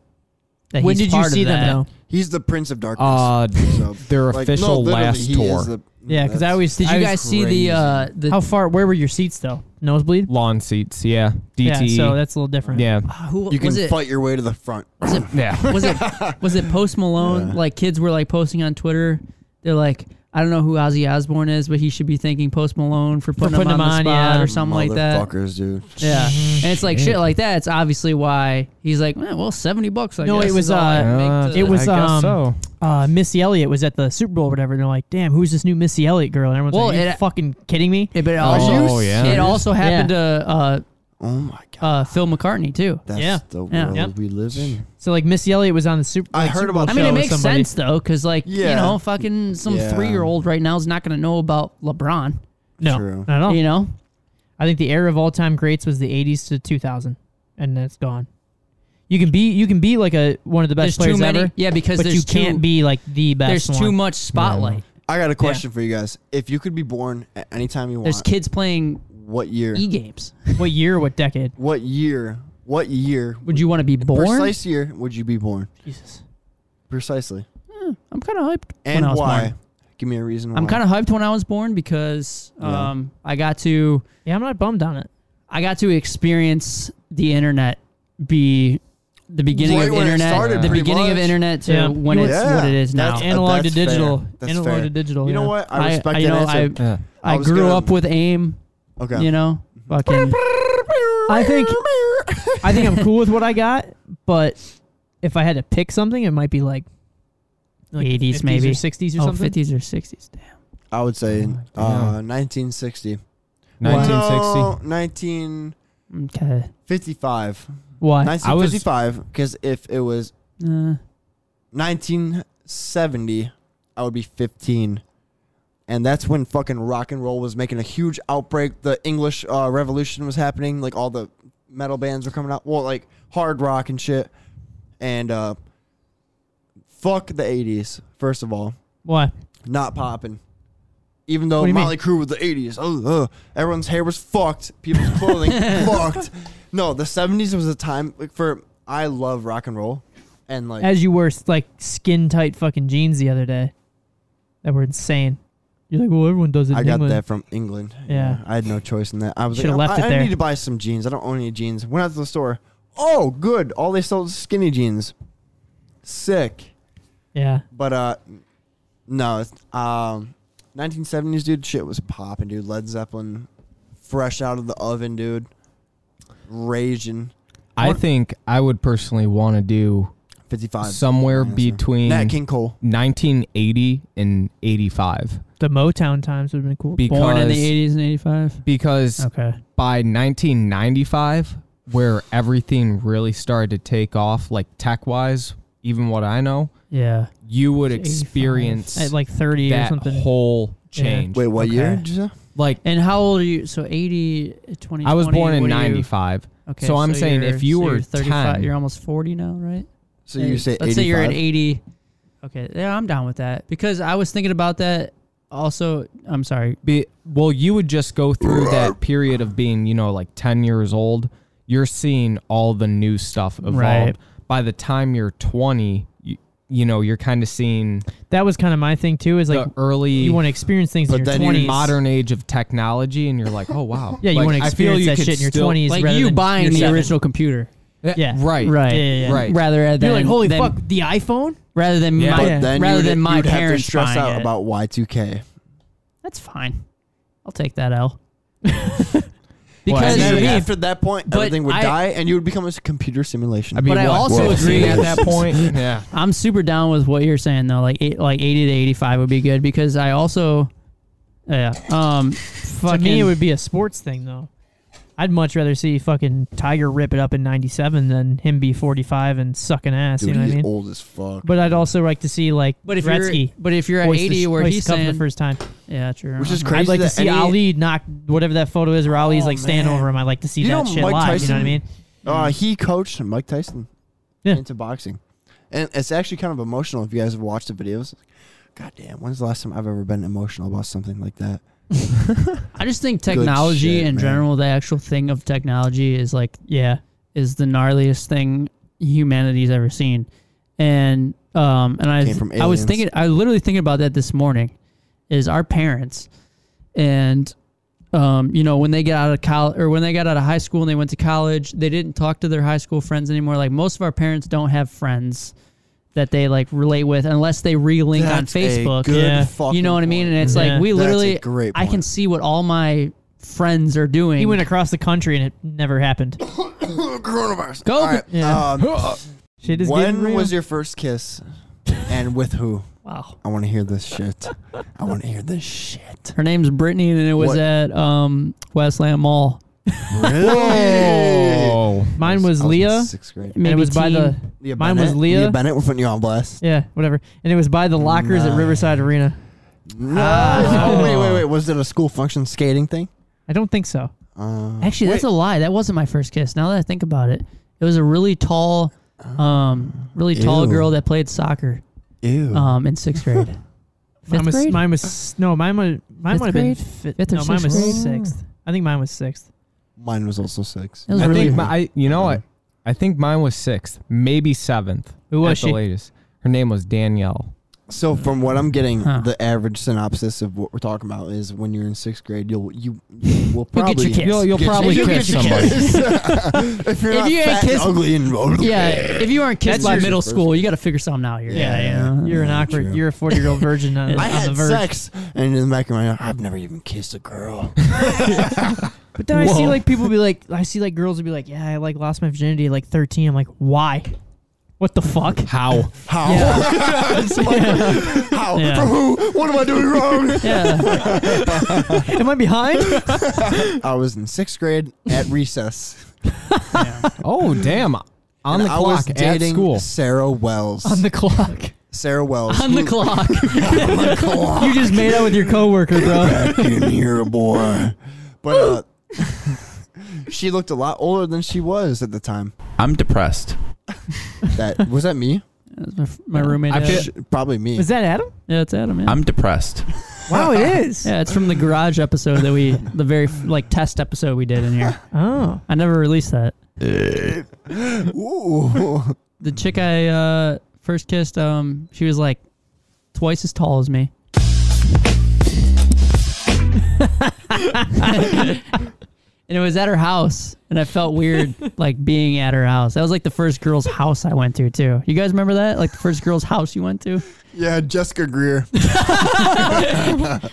That When he's did you part of see them that? though? he's the Prince of Darkness. Ah, uh, so, their like, no, official literally, last he is tour, the- Yeah, because I that's- always. Did I you always- guys see the uh, the How far? Where were your seats though? Nosebleed. lawn seats. Yeah, Yeah, E. DTE. so that's a little different. yeah, who you can was it? fight your way to the front. yeah. was it was it Post Malone? Like kids were like posting on Twitter. They're like, I don't know who Ozzy Osbourne is, but he should be thanking Post Malone for putting, putting him, on, him the on, spot yeah. or something like that. Motherfuckers, dude. Yeah, and it's like shit like that. It's obviously why he's like, "Eh, well, seventy bucks. I No, guess it was, is all I uh, can make Uh, to-" It was I guess um, so. uh, Missy Elliott was at the Super Bowl or whatever, and they're like, "Damn, who's this new Missy Elliott girl?" And everyone's Well, like, "Are you it- fucking kidding me?" Yeah, but it Oh, also, yeah. it also happened to uh, Oh my god. uh, Phil McCartney too. That's yeah, the world yeah. Yep. we live in. So like Missy Elliott was on the Super. I like, heard Super Bowl about I mean, show it with makes somebody. sense though, because like Yeah. you know, fucking some Yeah. three year old right now is not gonna know about LeBron. No, True. not at all. You know, I think the era of all time greats was the 80s to 2000, and that's gone. You can be you can be like a one of the best there's players too many. ever, Yeah, because but there's you too, can't be like the best. There's too one. much spotlight. I got a question for you guys. If you could be born at any time you want, There's kids playing what year? e games. What year? What decade? What year? What year? Would you want to be born? Precise year would you be born? Jesus. Precisely. I'm kind of hyped. when And I was why? born. Give me a reason why. I'm kind of hyped when I was born because Yeah. um, I got to Yeah, I'm not bummed on Uh, it. I got to experience the internet be the beginning Right of when it internet, started, the pretty beginning of much. internet to Yeah. when You it's Yeah. what it is now. That's- uh, Analog to that's fair. digital. That's Analog fair. to digital, You know yeah. what? I respect you that know, answer. I, Yeah. I, I was grew gonna- up with AIM. okay. You know, fucking. I think I think I'm cool with what I got, but if I had to pick something, it might be like, like 80s 50s maybe. or 60s or Oh, something. 50s or 60s. Damn. I would say uh, 1960. 1960. No, 1955. Okay. Why? 1955. Because if it was Uh, 1970, I would be 15. And that's when fucking rock and roll was making a huge outbreak. The English uh, Revolution was happening. Like all the metal bands were coming out. Well, like hard rock and shit. And uh, fuck the 80s, first of all. Why? Not popping. Even though What do you mean? Molly Crew was the 80s. Oh, ugh. everyone's hair was fucked. People's clothing fucked. No, the 70s was a time like, for. I love rock and roll. And like. As you were like skin tight fucking jeans the other day, that were insane. You're like, well, everyone does it. I in got England. that from England. Yeah. I had no choice in that. I was like, Should've "Oh, left I, it I there." need to buy some jeans. I don't own any jeans. Went out to the store. Oh, good. All they sold is skinny jeans. Sick. Yeah. But uh, no. It's, um, 1970s, dude. Shit was popping, dude. Led Zeppelin, fresh out of the oven, dude. Raging. I think I would personally want to do 55. somewhere Answer. between Nat King Cole. 1980 and 85 The Motown times would have been cool. because Born in the eighties and eighty five. because Oh. Okay. by 1995 where everything really started to take off like tech wise even what i know Yeah. you would 85. experience at like thirty or that something. whole change Wait, what Okay. year? did you say? like and how old are you? So 80, 20, i was born in what are you- 95 Okay, so i'm saying you're- if you so were you're 35, 10 you're almost 40 now, right? So you Hey, say let's say you're at 85? 80. Okay, yeah, I'm down with that because I was thinking about that. Also, I'm sorry. be, well you would just go through that period of being you know like 10 years old you're seeing all the new stuff evolve Right. by the time you're 20 you, you know you're kind of seeing That was kind of my thing too. Is like the early you want to experience things But in your then you 20s. modern age of technology and you're like oh wow yeah, you Like, want to I feel experience you that could shit in your still- Eh, 20s. Like rather you than buying your the 70s. original computer, Yeah. right right? Yeah, yeah, yeah. right Rather than You're like, holy than- fuck, the iPhone? Rather than my, Yeah. But then rather you would, than my you'd have to parents stress buying out it. about Y2K. That's fine. I'll take that L. And because then Yeah. after that point, But everything would I- die, and you would become a computer simulation. I mean, But I what, also 15 agree- at that point yeah I'm super down with what you're saying though. Like eight, like 80 to 85 would be good because I also yeah. Um To fucking me, it would be a sports thing though. I'd much rather see fucking Tiger rip it up in '97 than him be 45 and sucking ass. Dude, you know what I he's mean? old as fuck. But I'd also like to see like but if Gretzky you're but if you're at hoist the 80 sh- where hoist he's Um, the cup for saying the first time. yeah, true. Which is I'm- crazy. I'd like to that see any- Oh, Ali knock whatever that photo is, or Ali's like stand man. over him. I'd like to see You know that shit Mike live. You know what Tyson? I mean? Uh, he coached Mike Tyson Yeah. into boxing, and it's actually kind of emotional if you guys have watched the videos. God damn, when's the last time I've ever been emotional about something like that? I just think technology shit, in man. general, the actual thing of technology is like Yeah, is the gnarliest thing humanity's ever seen. And um and I Came from I was aliens. thinking I was literally thinking about that this morning is our parents and um you know when they get out of college or when they got out of high school and they went to college, they didn't talk to their high school friends anymore. Like most of our parents don't have friends that they like relate with unless they relink on That's a Facebook. good yeah. fucking You know what I mean? point. And it's Yeah. like we That's a literally great I can point. see what all my friends are doing. he went across the country and it never happened. Coronavirus. Go. All right, Oh, Yeah. um, Shit is getting when real. was your first kiss, and with who? wow. I want to hear this shit. I want to hear this shit. Her name's Brittany, and it was What- at um, Westland Mall. Really? oh Mine I was in Leah. sixth grade. And it was by the Leah mine Bennett. was Leah. Leah Bennett. We're putting you on blast. yeah whatever, and it was by the lockers at Nice. Riverside Arena. No. Ah. wait, wait, wait. Was it a school function skating thing? I don't think so. Uh, Actually, that's a lie. That wasn't my first kiss. Now that I think about it, it was a really tall, um, really tall Ew. girl that played soccer ew. um, in sixth grade. mine Fifth was grade? mine was no mine was mine might Fifth have been grade? fifth. Fifth or no, mine sixth was grade? sixth. I think mine was sixth. Mine was also six. It was i really think my, I, you know what i think mine was sixth maybe seventh Who was at the she? latest her name was danielle So from what I'm getting, Huh. the average synopsis of what we're talking about is when you're in sixth grade, you'll you you will You'll probably get your kiss. you'll, you'll get- probably you'll kiss get your somebody kiss. if you're If not you ain't fat kissed- and ugly and yeah, if you aren't That's kissed by usually middle first. school, you got to figure something out here. Yeah, yeah. yeah. You're an Yeah, awkward. true. You're a forty year old virgin on, I on the had verge. sex, and in the back of my mind, I've never even kissed a girl. But then I see Whoa. like people be like, I see like girls would be like, yeah, I like lost my virginity at like 13. I'm like, why? What the fuck? how How? It's like, How? Yeah. From who? What am I doing wrong? yeah. Am I behind? I was in sixth grade at recess. oh damn on and the I was clock at dating school Sarah Wells. on the clock. Sarah Wells. on the clock. clock. You just made out with your coworker, bro. back in here, boy. But uh, she looked a lot older than she was at the time. I'm depressed. That was that me? That's my, my roommate. I Adam. feel- Sh- Probably me. Is that Adam? yeah, it's Adam. Man. I'm depressed. Wow, it is. yeah, it's from the garage episode that we, the very like test episode we did in here. Oh, I never released that. Ooh. the chick I uh, first kissed, um, she was like twice as tall as me. and it was at her house, and I felt weird like being at her house. That was like the first girl's house I went to too. You guys remember that? Like the first girl's house you went to? Yeah, Jessica Greer. Oh shit!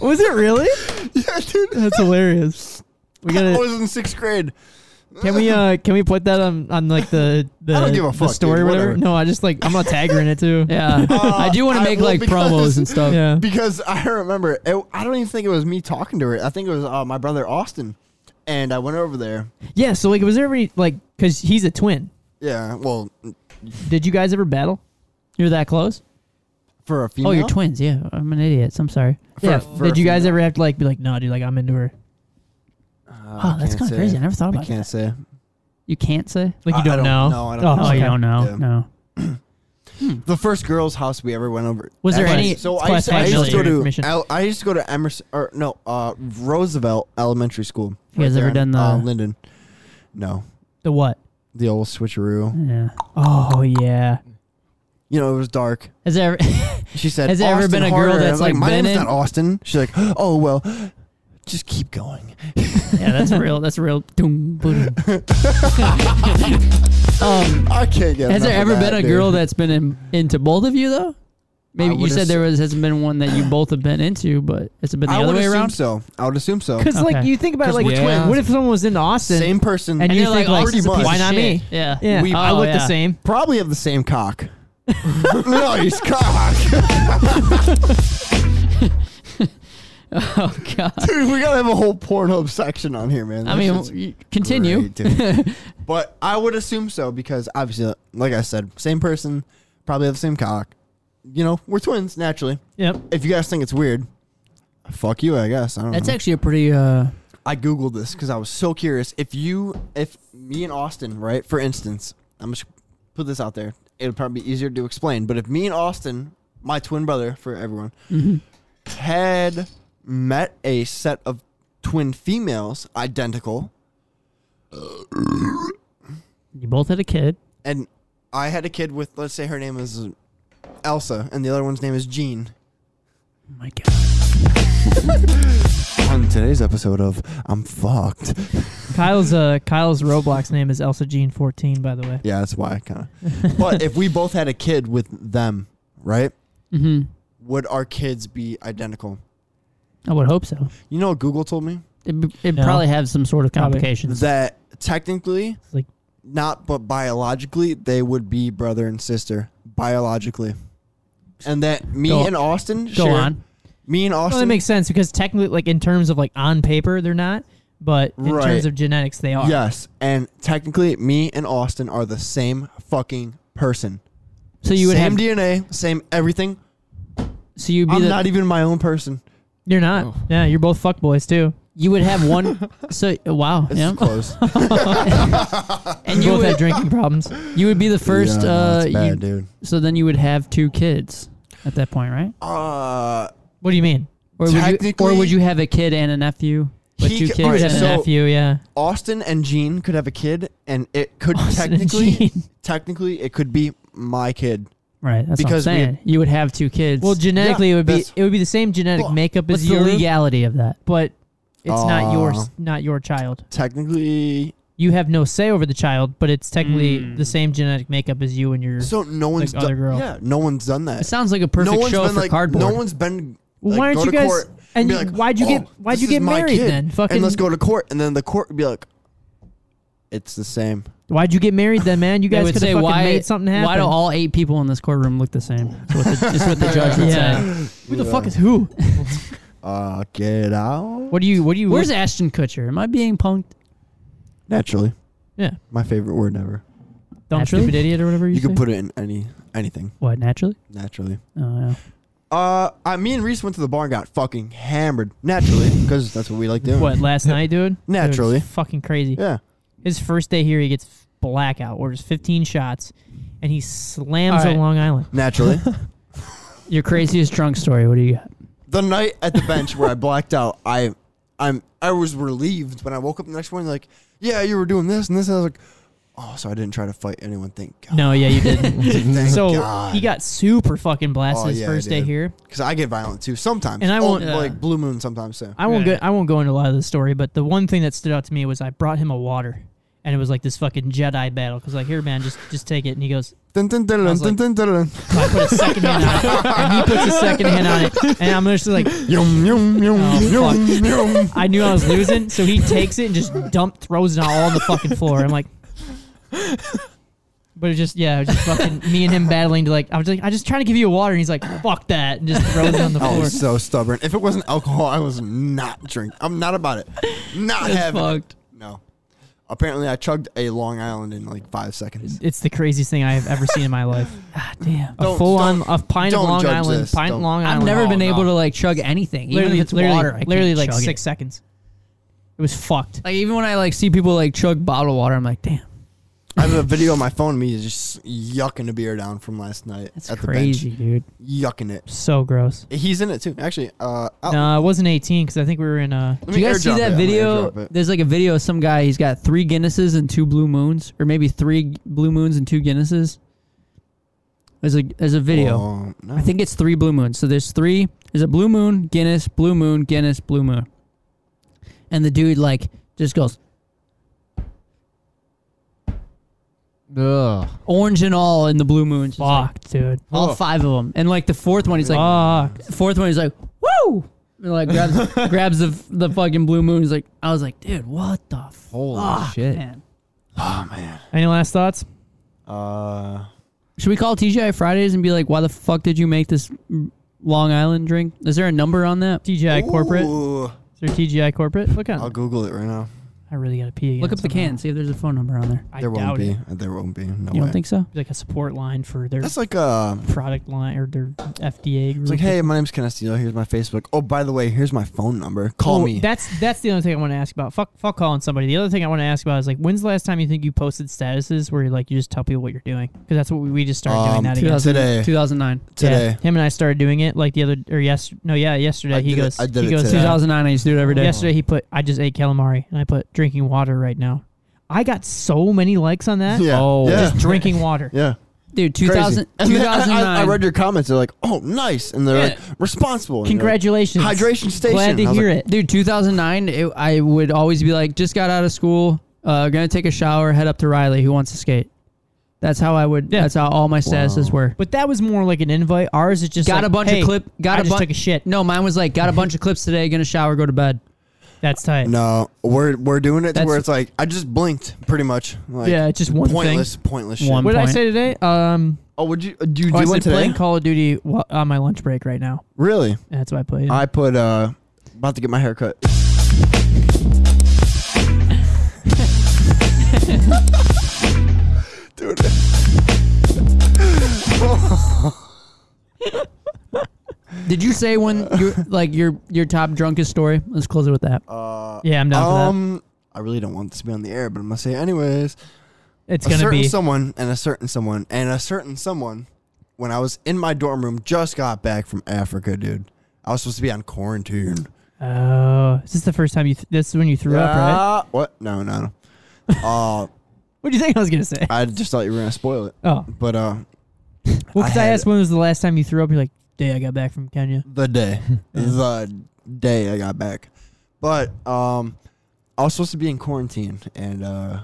was it really? yeah, dude. That's hilarious. We I gotta. was in sixth grade. Can we? Uh, can we put that on on like the the, I don't give a the fuck, story dude, or whatever? whatever. No, I just like I'm gonna tag her in it too. Yeah, I do want I to make will like Uh, because- promos and stuff. Yeah. Because I remember, it, I don't even think it was me talking to her. I think it was uh, my brother Austin, and I went over there. Yeah. So like, was there any like because he's a twin? Yeah, well, Did you guys ever battle? You're that close? for a female. Oh, you're twins. Yeah, I'm an idiot. So I'm sorry. yeah. for Did you guys e-, female. ever have to like be like, no, dude, like I'm into her. Oh, that's can't kind say. of crazy. I never thought I about can't that. say. You can't say. Like you I- I don't, don't know. know, I don't oh, know. Oh, okay. you don't know? Yeah. No. The first girls' house we ever went over. Was there Actually, any- So I class used, to, I five used to go military to information? El- I used to go to Emerson or no uh, Roosevelt Elementary School. You guys there ever in, done uh, the- Linden? No, The what? the old switcheroo. Yeah. Oh yeah. You know it was dark. Has there? She said, Has there ever "Austin been a girl Harder." I that's, was like, my been name's in- not Austin? She's like, oh well, just keep going. yeah, that's real. That's real. Doom, boom. I can't get. Um, Has enough of there ever that, been a dude. girl that's been in, into both of you though? Maybe you would said ass- there was hasn't been one that you both have been into, but it's been the I other would way assume around. so. I would assume so. Because like Okay. you think about it, 'Cause like we're twin. twins. What if someone was into Austin Same person. and And you they're think like, "Oh, like, pretty much. why not me? Yeah. Yeah, We- I Oh, look the yeah. same. probably have the same cock. no, he's cock. Oh god. Dude, we gotta have a whole Pornhub section on here, man. I That mean, shit's w- continue. great, dude. but I would assume so because obviously, like I said, same person, probably have the same cock. You know, we're twins naturally. Yep. If you guys think it's weird, fuck you. I guess I don't That's know. actually a pretty. uh I googled this because I was so curious. If you, if me and Austin, right, for instance, I'm just put this out there. It'll probably be easier to explain. But if me and Austin, my twin brother, for everyone, had met a set of twin females identical, You both had a kid. and I had a kid with, let's say, her name is Elsa, and the other one's name is Jean. Oh my god. On today's episode of I'm fucked. Kyle's uh Kyle's Roblox name is Elsa Jean 14, by the way. Yeah, that's why I kind of. but if we both had a kid with them, right? hmm would our kids be identical? I would hope so. You know what Google told me? It, b- it No. probably have some sort of Probably. complications. That technically, like- not but biologically, they would be brother and sister biologically. And that me Go- and Austin Go share- on. Me and Well, that Austin makes sense because technically, like in terms of like on paper, they're not, but in Right. terms of genetics, they are. Yes, and technically me and Austin are the same fucking person. So you would same have. DNA, same everything. so you'd be I'm the, not even my own person. You're not. Oh. Yeah, you're both fuck boys too. You would have one. so wow. It's yeah. close. And You you both have would, drinking problems. you would be the first. Yeah, no, uh, it's bad, you- dude. so then you would have two kids at that point, right? Uh, What do you mean? Or would you, or Technically- would you have a kid and a nephew? But He two c- kids alright, and a so- Nephew, nephew. yeah. Austin and Jean could have a kid, and it could Austin and technically, Jean. technically, it could be my kid. Right. That's Because we- what I'm saying. you would have two kids. Well, genetically, it would be that's- it would be the same genetic Well, makeup what's as the yours, legality of that? but it's not Uh. yours, not your child. Technically, You have no say over the child, but it's technically Hmm. the same genetic makeup as you and your. so no one's other done. girl. Yeah, no one's done that. It sounds like a no perfect one's show been for like, cardboard. No one's been. Well, like, why aren't go you to guys- court and be you- like, why'd you get- "Oh, why'd you this is get my married kid," then? Fucking- and let's go to court, and then the court would be like, "It's the same." Why'd you get married then, man? You They guys would could have say fucking why made something happen. Why do all eight people in this courtroom look the same? It's what the, it's what the judge would say. Yeah. Who the fuck is who? Uh, get out. What do you? What do you? Where's Ashton Kutcher? Am I being punked? Naturally, Yeah. my favorite word ever. Dumb Naturally? stupid idiot or whatever you, You say? can put it in any anything. What naturally? Naturally. Oh, yeah. Uh, I, me and Reese went to the bar and got fucking hammered. Naturally, because that's what we like doing. What last night, dude? Dude, it was Naturally. fucking crazy. Yeah. His first day here, he gets blackout, orders 15 shots, and he slams All a right. Long Island. Naturally. Your craziest drunk story. What do you got? the night at the bench where I blacked out, I I'm I was relieved when I woke up the next morning like, yeah, you were doing this and this and I was like, Oh, so I didn't try to fight anyone, thank God. No, yeah, you didn't. Thank so God. he got super fucking blasted Oh, his yeah, first day dude. here. Because I get violent too sometimes. And I Oh, won't- uh, like blue moon sometimes too. I won't Yeah. go. I won't go into a lot of the story, but the one thing that stood out to me was I brought him a water, and it was like this fucking Jedi battle. Cause like, here, man, just just take it. And he goes, Dun, dun, dun, dun, was dun, dun, dun, I put a second hand on it, and he puts a second hand on it, and I'm just like, Yum, yum, yum, Oh, yum, yum. I knew I was losing, so he takes it and just dump throws it all on the fucking floor. I'm like, but it's just yeah, it was just fucking me and him battling to like I was like I just trying to give you a water, and he's like fuck that, and just throws it on the I floor. was so stubborn. If it wasn't alcohol, I was not drinking. I'm not about it. Not having it. fucked. No. Apparently, I chugged a Long Island in like five seconds. It's the craziest thing I have ever seen in my life. God damn, a Don't- full on don't- a pint of don't Long judge Island, this. pint of Don't. Long Island. I've never no, been able no. to like chug anything, even literally, if it's literally, water. I literally can't like chug six It. seconds. It was fucked. Like even when I like see people like chug bottled water, I'm like, damn, I have a video on my phone of me just yucking a beer down from last night that's at the crazy, dude. bench. Yucking it. So gross. He's in it too. Actually, uh, I'll- No, it wasn't 18 because I think we were in uh, let a. Do me you guys see airdrop it. I'm that gonna video? airdrop it. There's like a video of some guy. He's got three Guinnesses and two Blue Moons, or maybe three G- Blue Moons and two Guinnesses. There's a there's a video. Oh, no. I think it's three Blue Moons. So there's three. There's a Blue Moon, Guinness, Blue Moon, Guinness, Blue Moon. And the dude like just goes Ugh. orange and all in the Blue Moons. Just like, Fucked, dude. all five of them. And like the fourth one, he's like Fucked. fourth one, he's like woo. And like grabs grabs the the fucking Blue Moon. He's like I was like dude, what the Holy fuck, shit. man. Any last thoughts? Oh, Uh, Should we call TGI Fridays and be like, why the fuck did you make this Long Island drink? Is there a number on that? TGI corporate. Is ooh, there TGI corporate? Look I'll on. Google it right now. I really gotta pee. Again Look up the somehow. can, see if there's a phone number on there. I there won't doubt be. it. There won't be. No You way. don't think so? Like a support line for their That's like uh, product line or their FDA group. it's like hey, my name's Canestino. Here's my Facebook. Oh, by the way, here's my phone number. Call Oh, me. That's that's the only thing I want to ask about. Fuck, fuck calling somebody. The other thing I want to ask about is like, when's the last time you think you posted statuses where you like you just tell people what you're doing? Because that's what we, we just started Um, doing that again. 2000 Today. 2009. Yeah, today. him and I started doing it like the other or yes, no, yeah, yesterday. I he did it- goes, I did he it goes, today. "Here's 2009, I used to do it every day. Yesterday he put I just ate calamari and I put drinking water right now. I got so many likes on that. Yeah. Oh, Yeah. just drinking water. Yeah. Dude, Crazy. 2000, And then I- 2009. I, I read your comments. They're like, oh, nice. And they're Yeah. like, responsible. And you're like, Congratulations. Hydration station. Glad to I was hear like, it. Dude, 2009, it, I would always be like, just got out of school, uh, gonna take a shower, head up to Riley, who wants to skate. That's how I would, Yeah. that's how all my statuses were. But that was more like an invite. Ours is just Got like, a bunch hey, of clip, got I a just bunch. took a shit. No, mine was like, got a bunch of clips today, gonna shower, go to bed. That's tight. No, we're we're doing it to That's- where it's like I just blinked pretty much. Like, Yeah, it's just one thing. pointless, pointless shit. One. What did I point. say today? Um, Oh, would you uh, do you oh, I do one said today? playing Call of Duty wa- on my lunch break right now. Really? That's what I played. I put uh about to get my hair cut. Dude. Did you say when you like your your top drunkest story? Let's close it with that. Uh, yeah, I'm down for um I really don't want this to be on the air, but I'm gonna say it anyways. that. It's a gonna certain be. someone and a certain someone and a certain someone when I was in my dorm room just got back from Africa, dude. I was supposed to be on quarantine. oh, is this the first time you? Th- this is when you threw up, right? Ah, What? No, no, no. uh, What do you think I was gonna say? I just thought you were gonna spoil it, Oh, but uh, well, I because I, had- asked when was the last time you threw up. You're like, day I got back from Kenya. the day, the day I got back, but um, I was supposed to be in quarantine, and uh,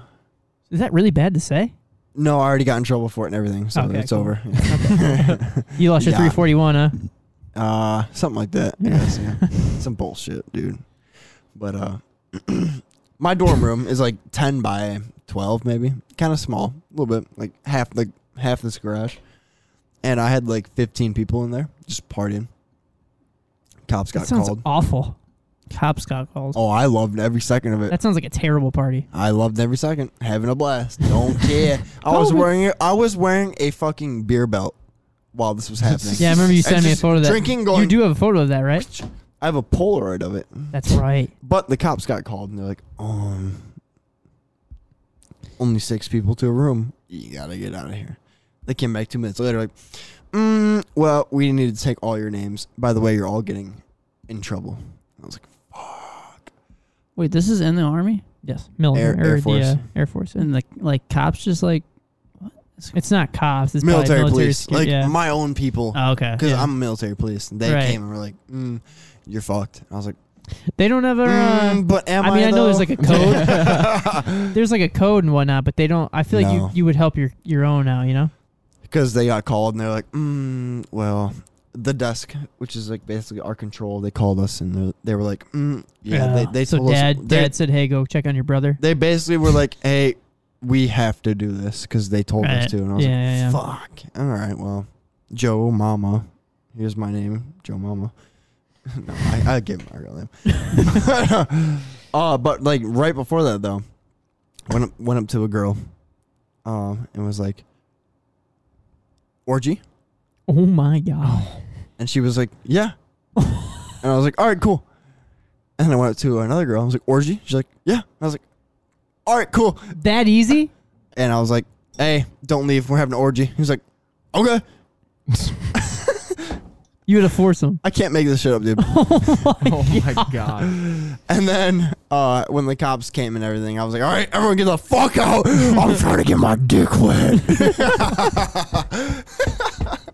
Is that really bad to say? no, I already got in trouble for it and everything, so Okay, it's cool. over. You lost your Yeah. 341, huh? uh, something like that. I guess, yeah. Some bullshit, dude. But uh, my dorm room is like ten by twelve, maybe, kind of small, a little bit, like half the half this garage, and I had like fifteen people in there just partying. Cops That got sounds called. awful. Cops got called. Oh, I loved every second of it. That sounds like a terrible party. I loved every second, having a blast. Don't care. I was Kobe. wearing I was wearing a fucking beer belt while this was happening. Yeah, I remember you And sent me a just photo of that. Drinking, going. you do have a photo of that, right? I have a Polaroid of it, That's right. but the cops got called and they're like, um, only six people to a room. You gotta get out of here. They came back two minutes later, like, mm, well, we need to take all your names. By the way, you're all getting in trouble. I was like, Wait, this is in the army, Yes, military Air- Air or the, uh, Force. Air Force. and like like cops just like It's not cops. It's probably military, police, secu- like yeah. my own people. oh, okay. because yeah. I'm military police. And they Right. came and were like, mm, "You're fucked." And I was like, They don't have a. uh, Mm, but am I mean, I, know there's though? like a code. there's like a code and whatnot, but they don't. I feel like No. you, you would help your your own out. You know. because they got called and they're like, mm, well, the desk, which is like basically our control, they called us and they're- they were like, mm, yeah, they, they so told dad us. They, dad said, "Hey, go check on your brother." they basically were like, hey, we have to do this because they told us Right. to. And I was Yeah, yeah, yeah. like, fuck. All right, well, Joe Mama. Here's my name, Joe Mama. no, I, I gave him my real name. uh, but like right before that though, went up, went up to a girl, um, and was like, orgy. Oh my god. And she was like, Yeah. and I was like, All right, cool. And I went up to another girl. I was like, Orgy? She's like, Yeah. And I was like, All right, cool. That easy? And I was like, Hey, don't leave. We're having an orgy. He was like, Okay. You would have forced him. I can't make this shit up, dude. Oh my god. and then uh, when the cops came and everything, I was like, All right, everyone get the fuck out. I'm trying to get my dick wet.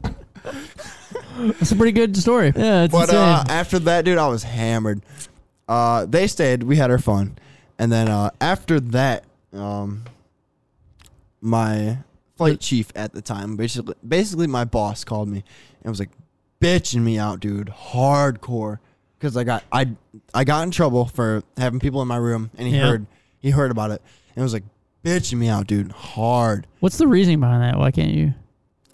That's a pretty good story. Yeah, it's but insane. uh, after that, dude, I was hammered. Uh, they stayed. We had our fun, and then uh, after that, um, my flight chief at the time, basically, basically my boss called me and was like bitching me out, dude, hardcore, because I got I I got in trouble for having people in my room, and he Yeah. heard he heard about it and was like bitching me out, dude, hard. What's the reasoning behind that? Why can't you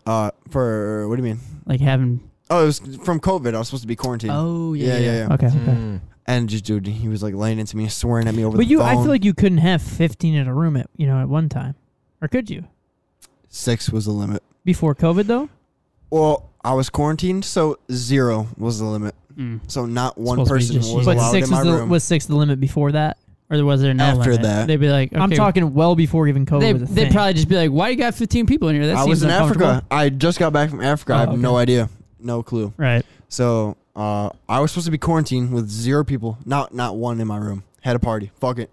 Uh, for what do you mean? like having? Oh, it was from COVID. I was supposed to be quarantined. Oh yeah, yeah, yeah. Okay, okay. Mm. And just dude, he was like laying into me, swearing at me over but the you, phone. I feel like you couldn't have 15 in a room at you know at one time, or could you? six was the limit. Before COVID though, Well, I was quarantined, so zero was the limit. Mm. So not one Supposed to person be just was you. but allowed six in my was the, room. was six the limit before that. Or was there no After limit? that- They'd be like, I'm okay, talking well before even COVID They was a they thing. probably just be like, why you got 15 people in here? That I seems was in uncomfortable." Africa. I just got back from Africa. I Oh, have no okay. idea, no clue. Right. So uh, I was supposed to be quarantined with zero people, not not one in my room. Had a party. Fuck it,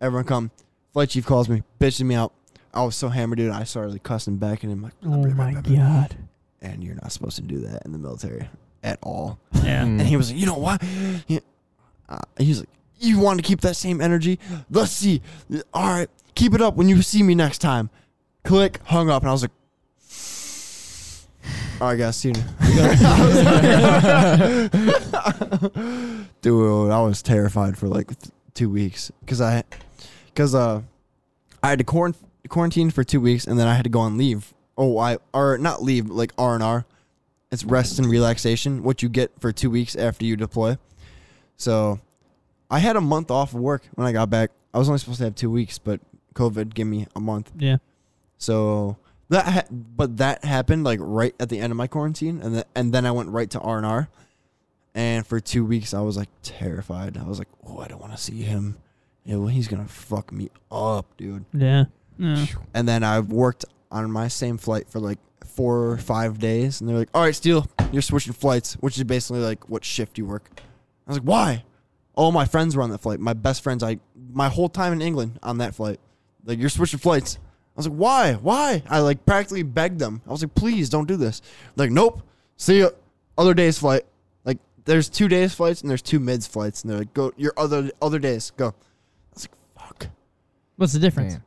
everyone come. Flight chief calls me, bitching me out. I was so hammered, dude. I started like cussing back at him, like, oh my god. and you're not supposed to do that in the military at all. Yeah. And he was like, you know what? He, uh, he was like, you want to keep that same energy? Let's see. All right, keep it up when you see me next time. Click, hung up, and I was like, all right, guys, see you. Dude, I was terrified for like th- two weeks because I, because uh, I had to quarant- quarantine for two weeks, and then I had to go on leave. Oh, I or not leave, but like R and R. It's rest and relaxation, what you get for two weeks after you deploy. So, I had a month off of work when I got back. I was only supposed to have two weeks, but COVID gave me a month. Yeah. So that, ha- but that happened like right at the end of my quarantine, and then and then I went right to R and R, and for two weeks I was like terrified. I was like, oh, I don't want to see him. Yeah, well, he's gonna fuck me up, dude. Yeah. Yeah. And then I worked on my same flight for like four or five days, and they're like, all right, Steele, you're switching flights, which is basically like what shift you work. I was like, why? All my friends were on that flight. My best friends, I my whole time in England on that flight. Like you're switching flights. I was like, why? Why? I like practically begged them. I was like, please don't do this. Like, nope. See you. Other day's flight. Like, there's two days flights and there's two mids flights, and they're like, go your other other days. Go. I was like, fuck. What's the difference? Man.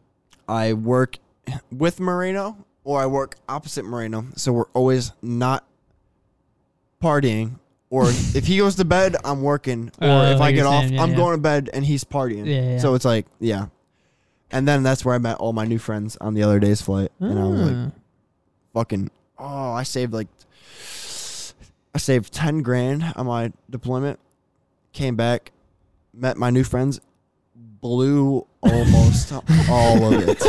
I work with Moreno or I work opposite Moreno. So we're always not partying. Or if he goes to bed, I'm working. Or Oh, if I like get you're off, saying, yeah, I'm yeah. going to bed and he's partying. Yeah, yeah, So yeah. it's like, yeah. And then that's where I met all my new friends on the other day's flight. And I was like, Ah. fucking oh i saved like i saved 10 grand on my deployment came back met my new friends blew almost all of it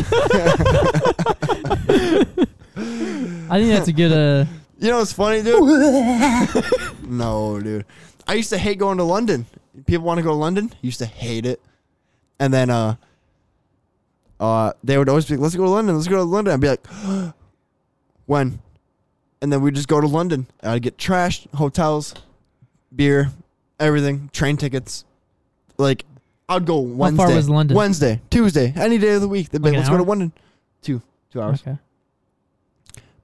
I think that's a good. Uh, you know what's funny dude no dude i used to hate going to london people want to go to london used to hate it and then uh uh they would always be like let's go to london let's go to london i'd be like when and then we just go to London. I get trashed, hotels, beer, everything, train tickets. Like I'd go How Wednesday, far was London? Wednesday, Tuesday, any day of the week. They'd be like, Like an "Let's go hour? to London." Two, two hours. Okay.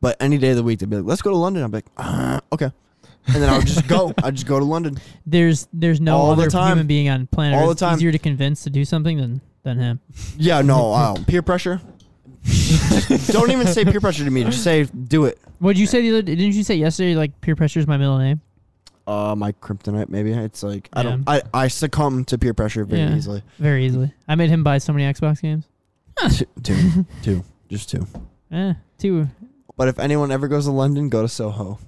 But any day of the week, they'd be like, "Let's go to London." I'd be like, "Ah, "Okay." and then I would just go. I'd just go to London. There's there's no All the other time. human being on planet All Earth the time. easier to convince to do something than than him. Yeah, no, uh, peer pressure. Don't even say peer pressure to me. Just say do it. What would you say the other? Didn't you say yesterday like peer pressure is my middle name? Uh, my kryptonite. Maybe it's like I Yeah. don't. I, I succumb to peer pressure very Yeah. easily. Very easily. I made him buy so many Xbox games. two, two, just two. Eh, two. But if anyone ever goes to London, go to Soho.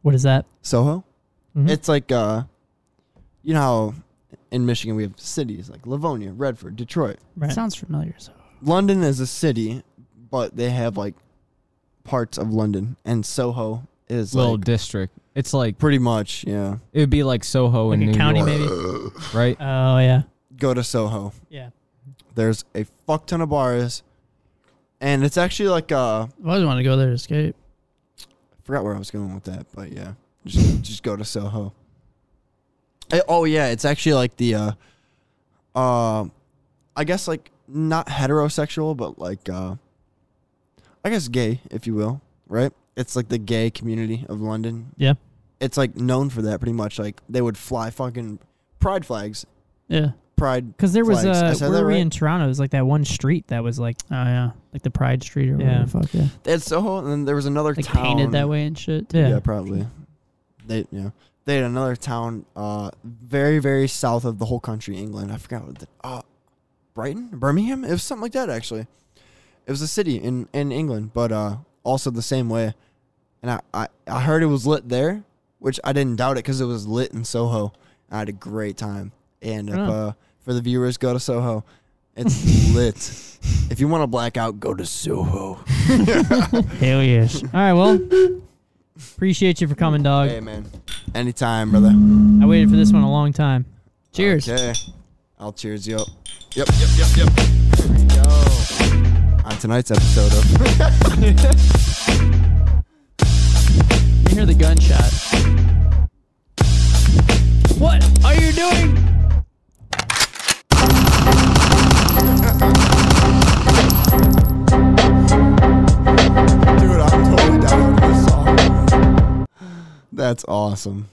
What is that? Soho. Mhm. It's like uh, you know how in Michigan we have cities like Livonia, Redford, Detroit. Right. Sounds familiar. So London is a city, but they have like parts of London, and Soho is little like district. It's like pretty much yeah. it would be like Soho Like in a New county, York, maybe. Uh, right? Oh yeah. Go to Soho. Yeah. There's a fuck ton of bars, and it's actually like uh, I always want to go there to escape. forgot where I was going with that, but yeah, just just go to Soho. Eh, oh yeah, it's actually like the, uh, uh, I guess like not heterosexual, but like uh, I guess gay, if you will, right? It's like the gay community of London. Yeah. It's like known for that pretty much. Like they would fly fucking pride flags, Yeah. pride. Because there was flags. I uh, said where that were we right? in Toronto? It was like that one street that was like Oh yeah, like the Pride Street or whatever. Yeah. the Fuck yeah. They had Soho, and then there was another Like town painted that way and shit. yeah. Yeah, probably. They yeah. They had another town, uh, very very south of the whole country, England. I forgot what the uh, Brighton, Birmingham. It was something like that actually. It was a city in in England, but uh, also the same way. And I I, I heard it was lit there, which I didn't doubt it because it was lit in Soho. I had a great time. And if, Oh. uh, for the viewers, go to Soho. It's lit. If you want to black out, go to Soho. Hell yes. All right. Well, appreciate you for coming, dog. Hey man, anytime, brother. I waited for this one a long time. Cheers. Okay. I'll cheers you up. Yep, yep, yep, yep. Here we go. On tonight's episode of You hear the gunshot. What are you doing? Dude, I'm totally down with this song. That's awesome.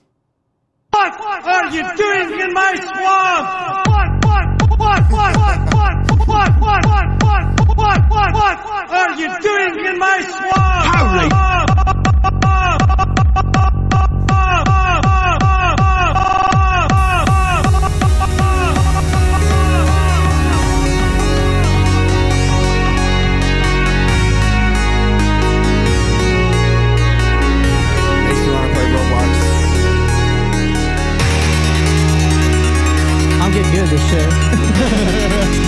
Makes me want to play Roblox. I'm getting good at this shit.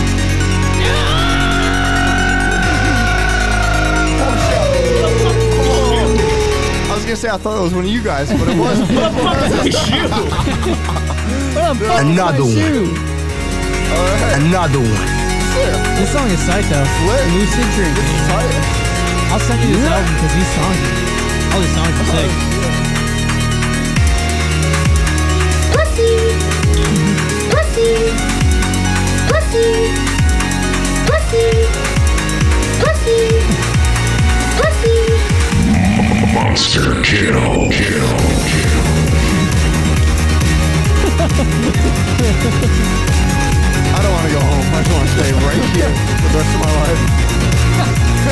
I was gonna say I thought it was one of you guys, but it wasn't. Another one. Another one. This song is sight though. Lucid Dream. I'll send you this album because these songs, all these songs are sick. Pussy. Pussy. Pussy. Pussy. Pussy. Pussy. Monster Kill. Kill. I don't want to go home. I just want to stay right here for the rest of my life.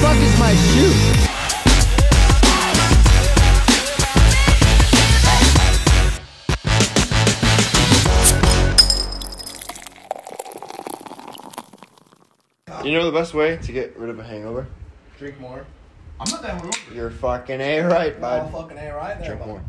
Fuck is my shoe? You know the best way to get rid of a hangover? Drink more. I'm not that hungry. You're fucking a right, Well, fucking A right there, bud.